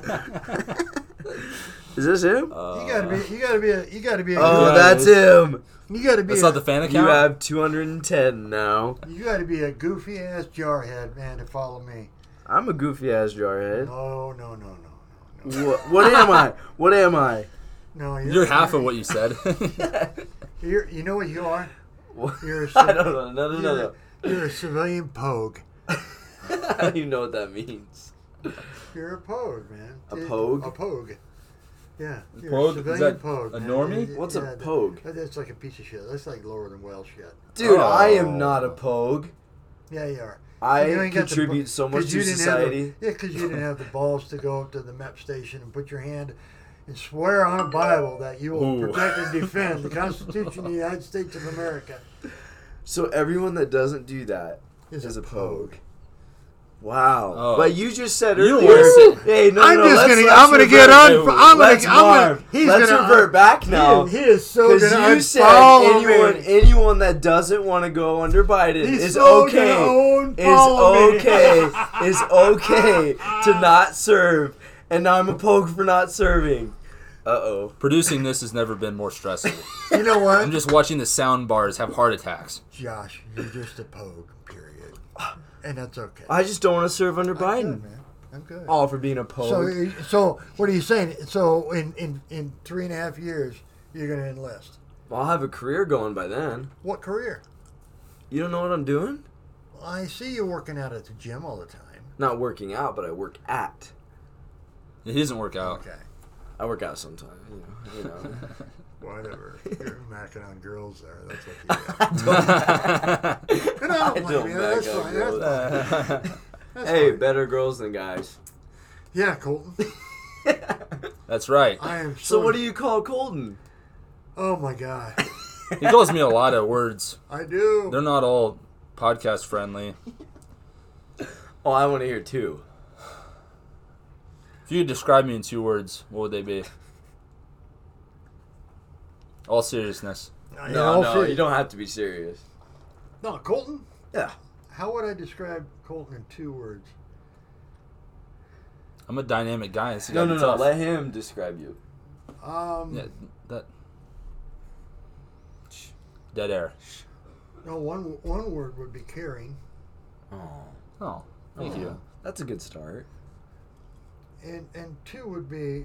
Is this him?
you gotta be, you gotta be, a, you gotta be, a,
oh,
Uh, yeah,
that's him.
you gotta be.
That's
A,
not the fan
You
account.
have 210 now.
you gotta be a goofy ass jarhead man to follow me.
I'm a goofy ass jarhead.
No, no, no, no, no, no.
What, what am I? What am I?
no you're,
You're half
you're-
of what you said.
You're, you know what you are?
What?
You're a
I
civ-
don't know. No, no, no, no.
you're, you're a civilian pogue.
I don't even know what that means.
You're a pogue, man.
A
Dude,
pogue?
A pogue. Yeah. you're a
Pogue? Is
civilian
that
pogue,
a
man.
normie?
Yeah,
What's a
that-
pogue?
that- that's like a piece of shit. That's like lower than whale shit.
Dude, I
Oh.
am not a pogue.
Yeah, you are.
I
You ain't got the
contribute
bu-
so much
'cause
to
you didn't have the-
society.
yeah, because you didn't have the balls to go up to the map station and put your hand and swear on a Bible that you will
Ooh.
protect and defend the Constitution of the United States of America.
So everyone that doesn't do that
Is
is,
a
a
pogue.
pogue. Wow.
Oh.
But you just said
You
earlier.
were-
hey, no,
I'm
no,
just
let's-
gonna.
let's
I'm gonna get
revert-
on-
un. I'm gonna. I'm
let's
gonna.
marv.
He's
let's
gonna
revert back now.
He, he is so
Because
gonna
you said
unfollow
anyone,
me.
anyone that doesn't want to go under Biden
He's
is
so
okay.
gonna
Is
unfollow me.
okay. is okay to not serve, and I'm a poke for not serving. Uh oh.
Producing this has never been more stressful.
You know
I'm
what,
just watching the sound bars have heart attacks.
Josh? You're just a pogue. Period. And that's okay.
I Oh, just don't want to serve under
I'm
Biden.
good, man. I'm good.
All for being a poke.
So, eh, so what are you saying? So, in, in, in three and a half years, you're going to enlist.
I'll have a career going by then.
What career?
You don't know what I'm doing?
I see you working out at the gym all the time.
Not working out, but I work at.
It doesn't work out.
Okay,
I work out sometimes. You know. You know.
whatever. You're macking on girls there. That's what you do. And I
I
don't blame
don't
you. That's
mack on
fine.
girls.
That's- that's
hey,
fine.
better girls than guys.
yeah, Colton.
That's right.
I am so.
So what do you call Colton?
Oh my God,
He calls me a lot of words.
I do.
They're not all podcast friendly.
Oh, I want to hear two.
If you could describe me in two words, what would they be? All seriousness.
I-
No,
I'll
no,
see.
you don't have to be serious.
No, Colton.
Yeah.
How would I describe Colton in two words?
I'm a dynamic guy. It's
No,
gotta
no,
be
no.
tough.
Let him describe you.
Um,
Yeah, that. Dead air.
no one. One word would be caring,
Oh,
Oh, thank you.
that's a good start.
and and two would be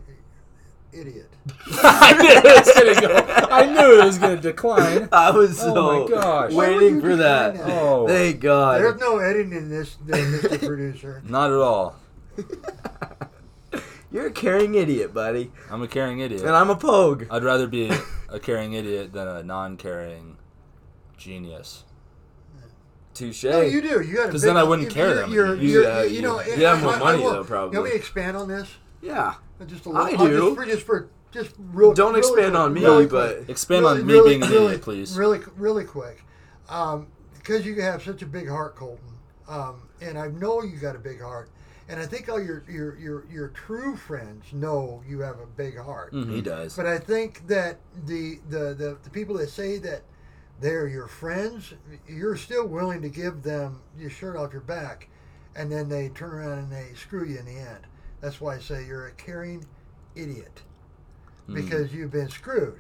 idiot.
I knew it was gonna go. I knew it was gonna decline.
I was so
Oh my gosh. Why
would you
waiting for
do
that.
that?
Oh,
Thank God.
There's no editing in this, there, Mr. Producer.
not at all.
You're a caring idiot, buddy,
I'm a caring idiot.
and I'm a pogue.
I'd rather be a caring idiot than a non-caring genius.
Touche.
No, you do. You got
'Cause then I wouldn't care that
You're,
much.
you're,
You-
you're,
yeah,
you, you know,
you-
it-
you have more
I- I
money,
will-
though, probably.
You want me to expand on this?
yeah.
Just a little.
I
I'll
do.
Just for, just for just real.
Don't
really
expand
quick,
on me,
really
but
quick.
Expand
Really-
on me
really-
being an
really-
idiot, please.
Really, really quick, um, because you have such a big heart, Colton, um, and I know you got a big heart, and I think all your your your, your true friends know you have a big heart.
Mm-hmm.
He does.
But I think that the, the, the, the people that say that they're your friends, you're still willing to give them your shirt off your back, and then they turn around and they screw you in the end. That's why I say you're a caring idiot
Mm-hmm.
because you've been screwed.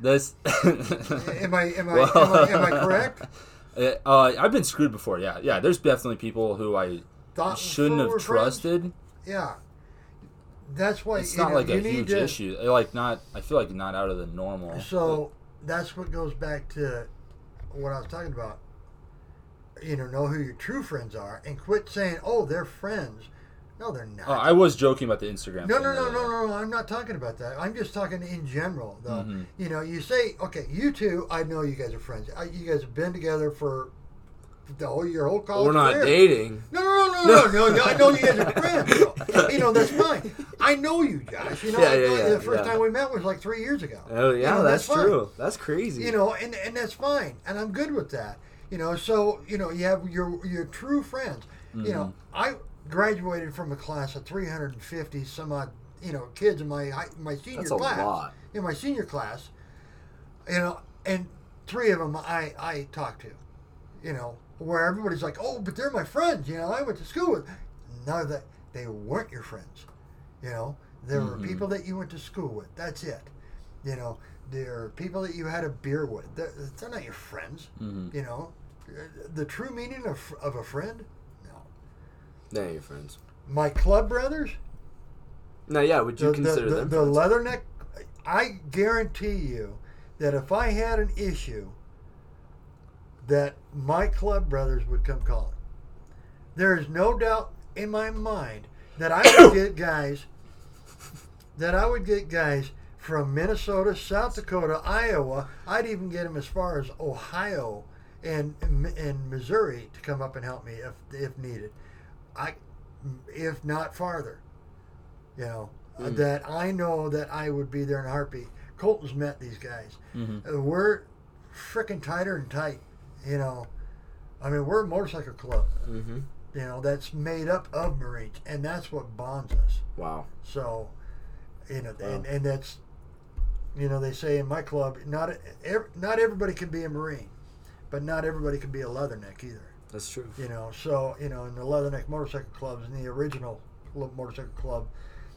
This.
Am I am I, am
Well-
I, am I correct?
Uh, uh, I've been screwed before. Yeah, yeah. There's definitely people who I
Thought
shouldn't
before
have
we're Uh, friends?
trusted.
Yeah, that's why
It's
you
not
know,
like
you
a
need
huge
to-
issue. Uh, Like not. I feel like not out of the normal.
So that's what goes back to what I was talking about. You know, know who your true friends are and quit saying, "Oh, they're friends." No, they're not.
Uh, I was joking about the Instagram.
no,
thing the
no, no,
other day.
no, no, no. I'm not talking about that. I'm just talking in general, though.
Mm-hmm.
You know, you say, "Okay, you two, I know you guys are friends. I, you guys have been together for the whole your whole college."
We're not
career."
dating.
No, no, no, no, no, no. I know you guys are friends. Though. You know, that's fine. I know you, Josh. You know,
Yeah,
I
yeah,
know
yeah,
you- the first
yeah.
time we met was like three years ago.
Oh
You
yeah,
know,
that's,
fine
true. That's crazy.
you know and and that's fine and i'm good with that you know so you know you have your your true friends you know
Mm-hmm.
i graduated from a class of 350 some odd you know kids in my high- my senior
That's a
class
lot.
in my senior class you know and three of them i i talked to you know where everybody's like oh but they're my friends you know i went to school with none of that they weren't your friends you know there were
Mm-hmm.
people that you went to school with that's it you know there are people that you had a beer with they're, they're not your friends
Mm-hmm.
you know the true meaning of, of a friend no
They ain't your friends.
my club brothers
No, yeah. Would you
the, the,
consider
the,
them?
the
friends?
leatherneck i guarantee you that if i had an issue that my club brothers would come calling there is no doubt in my mind that i would get guys that I would get guys from Minnesota, South Dakota, Iowa. I'd even get them as far as Ohio and and Missouri to come up and help me if if needed. I, if not farther, you know that I know that I would be there in a heartbeat. Colton's met these guys. Uh, we're freaking tighter and tight, you know. I mean, we're a motorcycle club,
Mm-hmm.
you know, that's made up of Marines, and that's what bonds us.
Wow.
So, you know, and, and that's, you know, they say in my club, not e-, ev- not everybody can be a Marine, but not everybody can be a leatherneck either.
That's true.
You know, so you know, in the leatherneck motorcycle clubs, in the original lo- motorcycle club,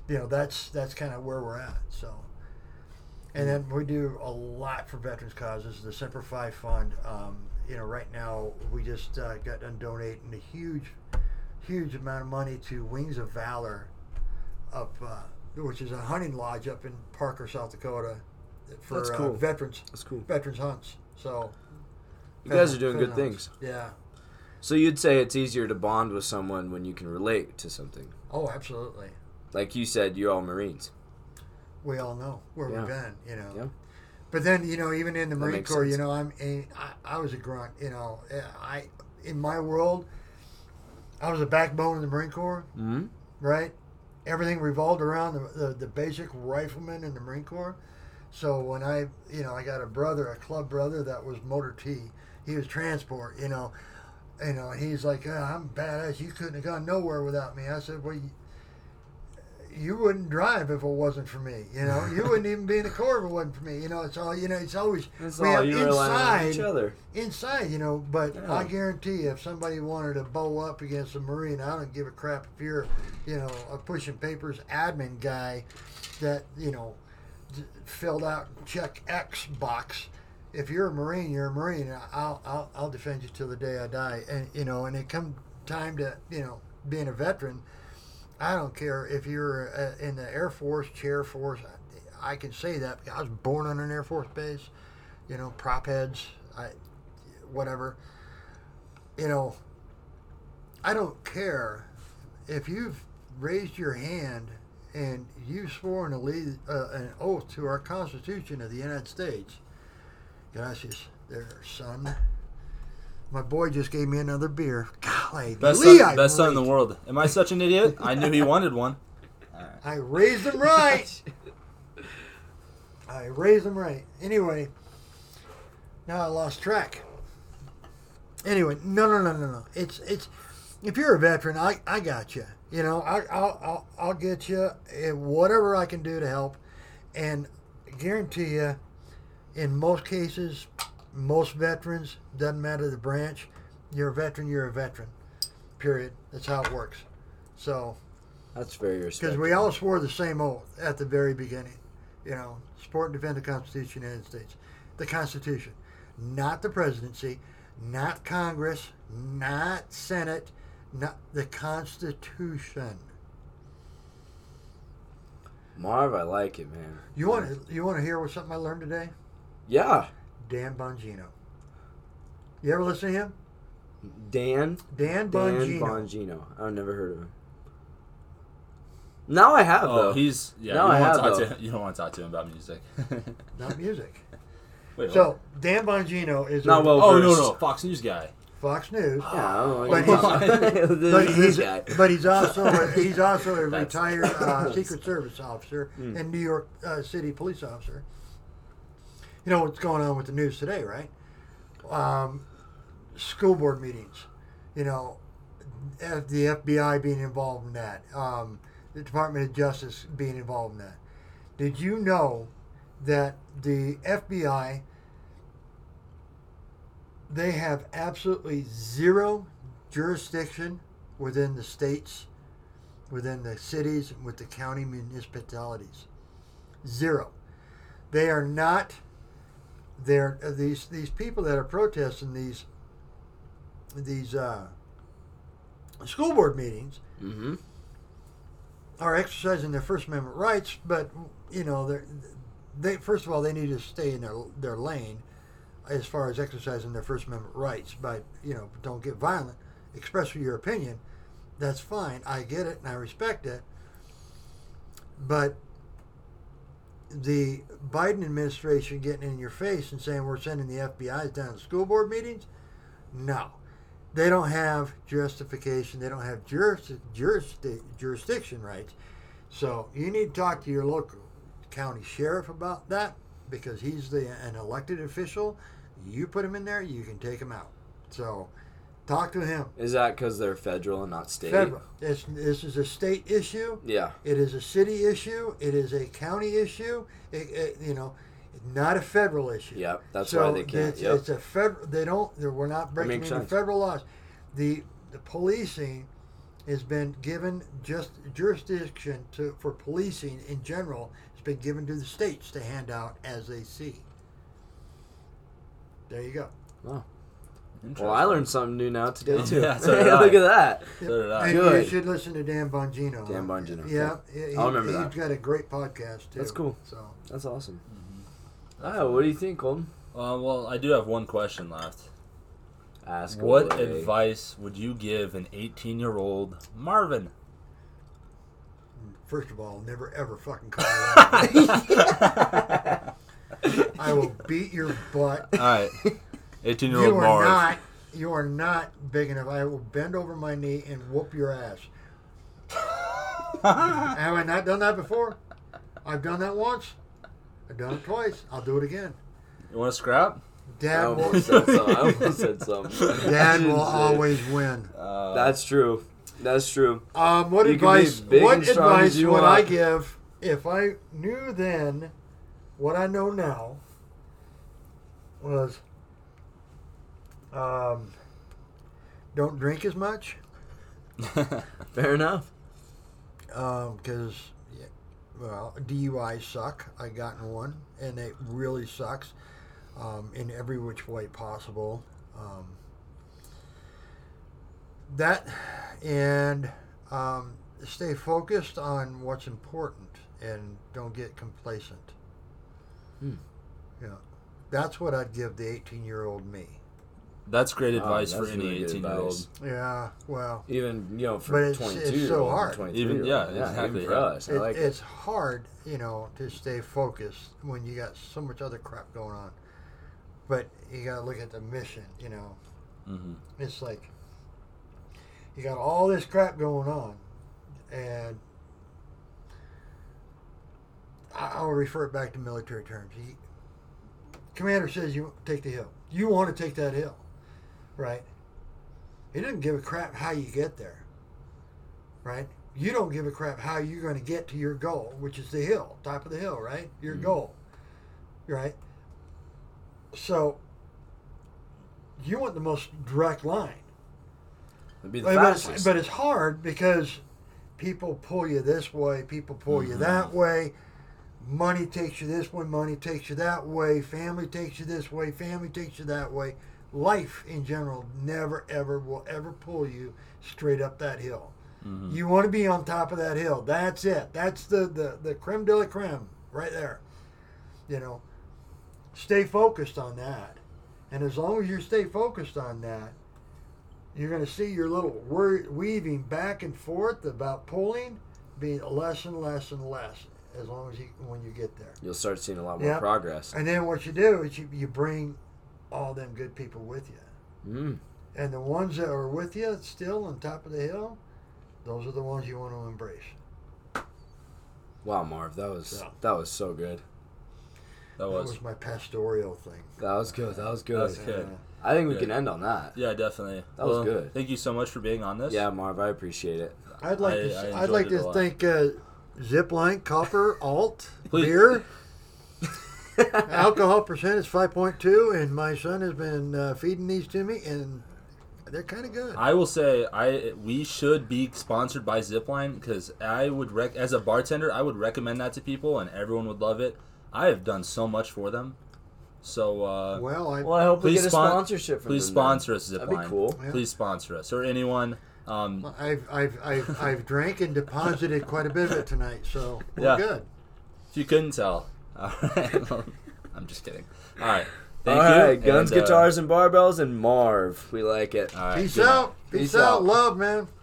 you know, that's that's kind of where we're at. So, and then we do a lot for veterans causes. The Semper Fi Fund. Um, you know, right now we just uh, got done donating a huge, huge amount of money to Wings of Valor, up uh, which is a hunting lodge up in Parker, South Dakota, for
That's cool.
uh, veterans
That's cool.
veterans hunts. So
You guys are doing
veteran
good
hunts.
things.
Yeah.
So you'd say it's easier to bond with someone when you can relate to something.
Oh, absolutely.
Like you said, you're all Marines.
we all know where
Yeah.
we've been, you know.
Yeah.
But then, you know, even in the Marine
makes
Corps, you
sense.
know, I'm a, I, I was a grunt, you know. I in my world, I was a backbone in the Marine Corps,
Mhm.
right? Everything revolved around the, the, the basic rifleman in the Marine Corps. So when I, you know, I got a brother, a club brother that was Motor T. He was transport, you know. You know, he's like, "Ah, I'm badass. You couldn't have gone nowhere without me. I said, well, you, you wouldn't drive if it wasn't for me. You know, you wouldn't even be in the corps if it wasn't for me. You know, it's all you know. It's always
That's
we
all
have
you rely on each other.
inside, you know. But
Yeah.
I guarantee, if somebody wanted to bow up against a marine, I don't give a crap if you're, you know, a pushing papers admin guy that you know d- filled out check X box. If you're a marine, you're a marine. and I'll I'll, I'll defend you till the day I die. And you know, and it come time to you know being a veteran. I don't care if you're uh, in the Air Force, Chair Force. I, I can say that. I was born on an Air Force base. You know, prop heads. I, whatever. You know, I don't care if you've raised your hand and you swore an, alle- uh, an oath to our Constitution of the United States. Gracias, there, son. My boy just gave me another beer. Golly,
Best
Lee, I
son, best son in the
raised-
world. Am I such an idiot? I knew he wanted one.
I raised them right. I raised them right. Anyway, now I lost track. Anyway, no, no, no, no, no. It's it's. If you're a veteran, I, I got you. You know, I, I'll, I'll I'll get you eh, whatever I can do to help, and guarantee you, in most cases, most veterans doesn't matter the branch. You're a veteran. You're a veteran. Period. That's how it works. So
That's very
because
respectful.
we all swore the same oath at the very beginning. You know, support and defend the Constitution of the United States. The Constitution, not the presidency, not Congress, not Senate, not the Constitution.
Marv, I like it, man.
You want to you want to hear what something I learned today?
Yeah.
Dan Bongino. You ever listen to him?
Dan
Dan
Dan
Bongino.
Bongino. I've never heard of him. Now I have
Oh,
though.
he's yeah.
No,
you,
I
don't
have,
want to
though.
talk to, you don't want to talk to him about music.
Not music.
Wait,
so Dan Bongino is
Not
a
well-
oh no
first.
no, Fox News guy.
Fox News.
yeah, I don't
But
like
But
this
he's,
guy.
but he's also a, he's also a
That's- Hmm.
retired uh, Secret Service officer and New York uh, City police officer. You know what's going on with the news today, right? Um, school board meetings. You know, F- the FBI being involved in that. Um, the Department of Justice being involved in that. Did you know that the FBI they have absolutely zero jurisdiction within the states, within the cities, with the county municipalities. Zero. They are not. They're uh, these these people that are protesting these these uh, school board meetings
Mm-hmm.
are exercising their First Amendment rights, but you know they're they first of all they need to stay in their their lane as far as exercising their First Amendment rights. But you know, don't get violent. Express your opinion. That's fine. I get it and I respect it. But the Biden administration getting in your face and saying we're sending the FBI's down to school board meetings. No, they don't have justification. They don't have juris, jurisdi- jurisdiction rights. So you need to talk to your local county sheriff about that because he's the an elected official. You put him in there, you can take him out. So talk to him.
Is that because they're federal and not state?
Federal. This, this is a state issue.
Yeah.
It is a city issue. It is a county issue. It, it, you know, not a federal issue.
Yep, that's
So
why they can't,
It's,
yep.
it's a federal. They don't. They're, we're not breaking any
makes sense.
federal laws. The the policing has been given just jurisdiction to for policing in general. It's been given to the states to hand out as they see. There you go.
Oh. Well, I learned something new now today too.
Yeah, so did I.
Look at that.
So did I.
And you
Good.
should listen to Dan Bongino.
Dan Bongino,
Yeah,
yeah.
he-
I'll remember
he's
that.
got a great podcast too.
That's cool.
So
That's awesome.
Mm-hmm.
Oh, what do you think, Colton?
Uh, well, I do have one question left.
Ask
What
away.
advice would you give an 18-year-old Marvin?
First of all, never ever fucking call it out. I will beat your butt.
All right, 18-year-old
You are
Marv.
not. You are not big enough. I will bend over my knee and whoop your ass. Have I not done that before? I've done that once. I've done it twice. I'll do it again.
You want to scrap?
I
Dad will.
almost said something. I almost said something. I
Dad
shouldn't
will
say it.
always win.
Uh,
That's true. That's true.
Um, what
You can be
advice?
big
What
and strong as
advice
you
would
want.
I give if I knew then what I know now was um, don't drink as much
Fair enough.
because Um, well DUIs suck. I gotten one and it really sucks um, in every which way possible. Um, that and um, stay focused on what's important and don't get complacent. Hmm. Yeah, that's what I'd give the eighteen-year-old me.
that's great advice
Oh, Uh, that's
for any
really good
18-year-old.
advice.
Yeah, well,
Even you know
But
for
it's- it's
22
so
year old,
hard.
23
Even-
year old.
yeah, exactly,
even for
yeah.
us. I
It-
like it.
it's hard, you know, to stay focused when you got so much other crap going on. But you got to look at the mission, you know.
Mm-hmm.
Mhm.
It's like you got all this crap going on, and I- I'll refer it back to military terms. You, commander says you take the hill. You want to take that hill, right? He doesn't give a crap how you get there, right? You don't give a crap how you're going to get to your goal, which is the hill, top of the hill, right? Your goal, right? So you want the most direct line.
It'd be the
But, it's,
fastest.
but it's hard because people pull you this way, people pull you that way. Money takes you this way, money takes you that way, family takes you this way, family takes you that way. Life in general never, ever will ever pull you straight up that hill. You want to be on top of that hill. That's it. That's the, the, the creme de la creme right there. You know, stay focused on that. And as long as you stay focused on that, you're going to see your little wor- weaving back and forth about pulling being less and less and less as long as you when you get there.
You'll start seeing a lot more
Yeah.
progress.
And then what you do is you, you bring all them good people with you.
Mm.
And the ones that are with you still on top of the hill, those are the ones you want to embrace.
Wow, Marv, that was
Yeah.
that was so good.
That
That
was
was my pastoral thing.
That was good. That was good.
that was good.
I think we
Good.
can end on that.
Yeah, definitely.
That was good.
Thank you so much for being on this.
Yeah, Marv, I appreciate it.
I'd like
I-
to
I
s-
enjoyed
I'd like
it a
to
lot.
thank uh, Zipline, copper, alt,
Please.
beer. Alcohol percent is 5.2, and my son has been uh, feeding these to me, and they're kind of good.
I will say I we should be sponsored by Zipline because I would rec as a bartender I would recommend that to people and everyone would love it. I have done so much for them, so uh,
Well, I,
Well, I hope we
Please
get a
spon-
sponsorship from
please
them then.
sponsor us Zipline.
That'd be cool.
Yeah.
Please sponsor us or anyone. Um,
I've, I've, I've, I've drank and deposited quite a bit of it tonight, so we're
Yeah.
good.
If you couldn't tell, all right. I'm just kidding. All right,
All
thank
right,
you.
guns,
and, uh,
guitars, and barbells, and Marv. We like it.
all right,
Peace
good night.
out. Peace,
Peace
out.
out.
Love, man.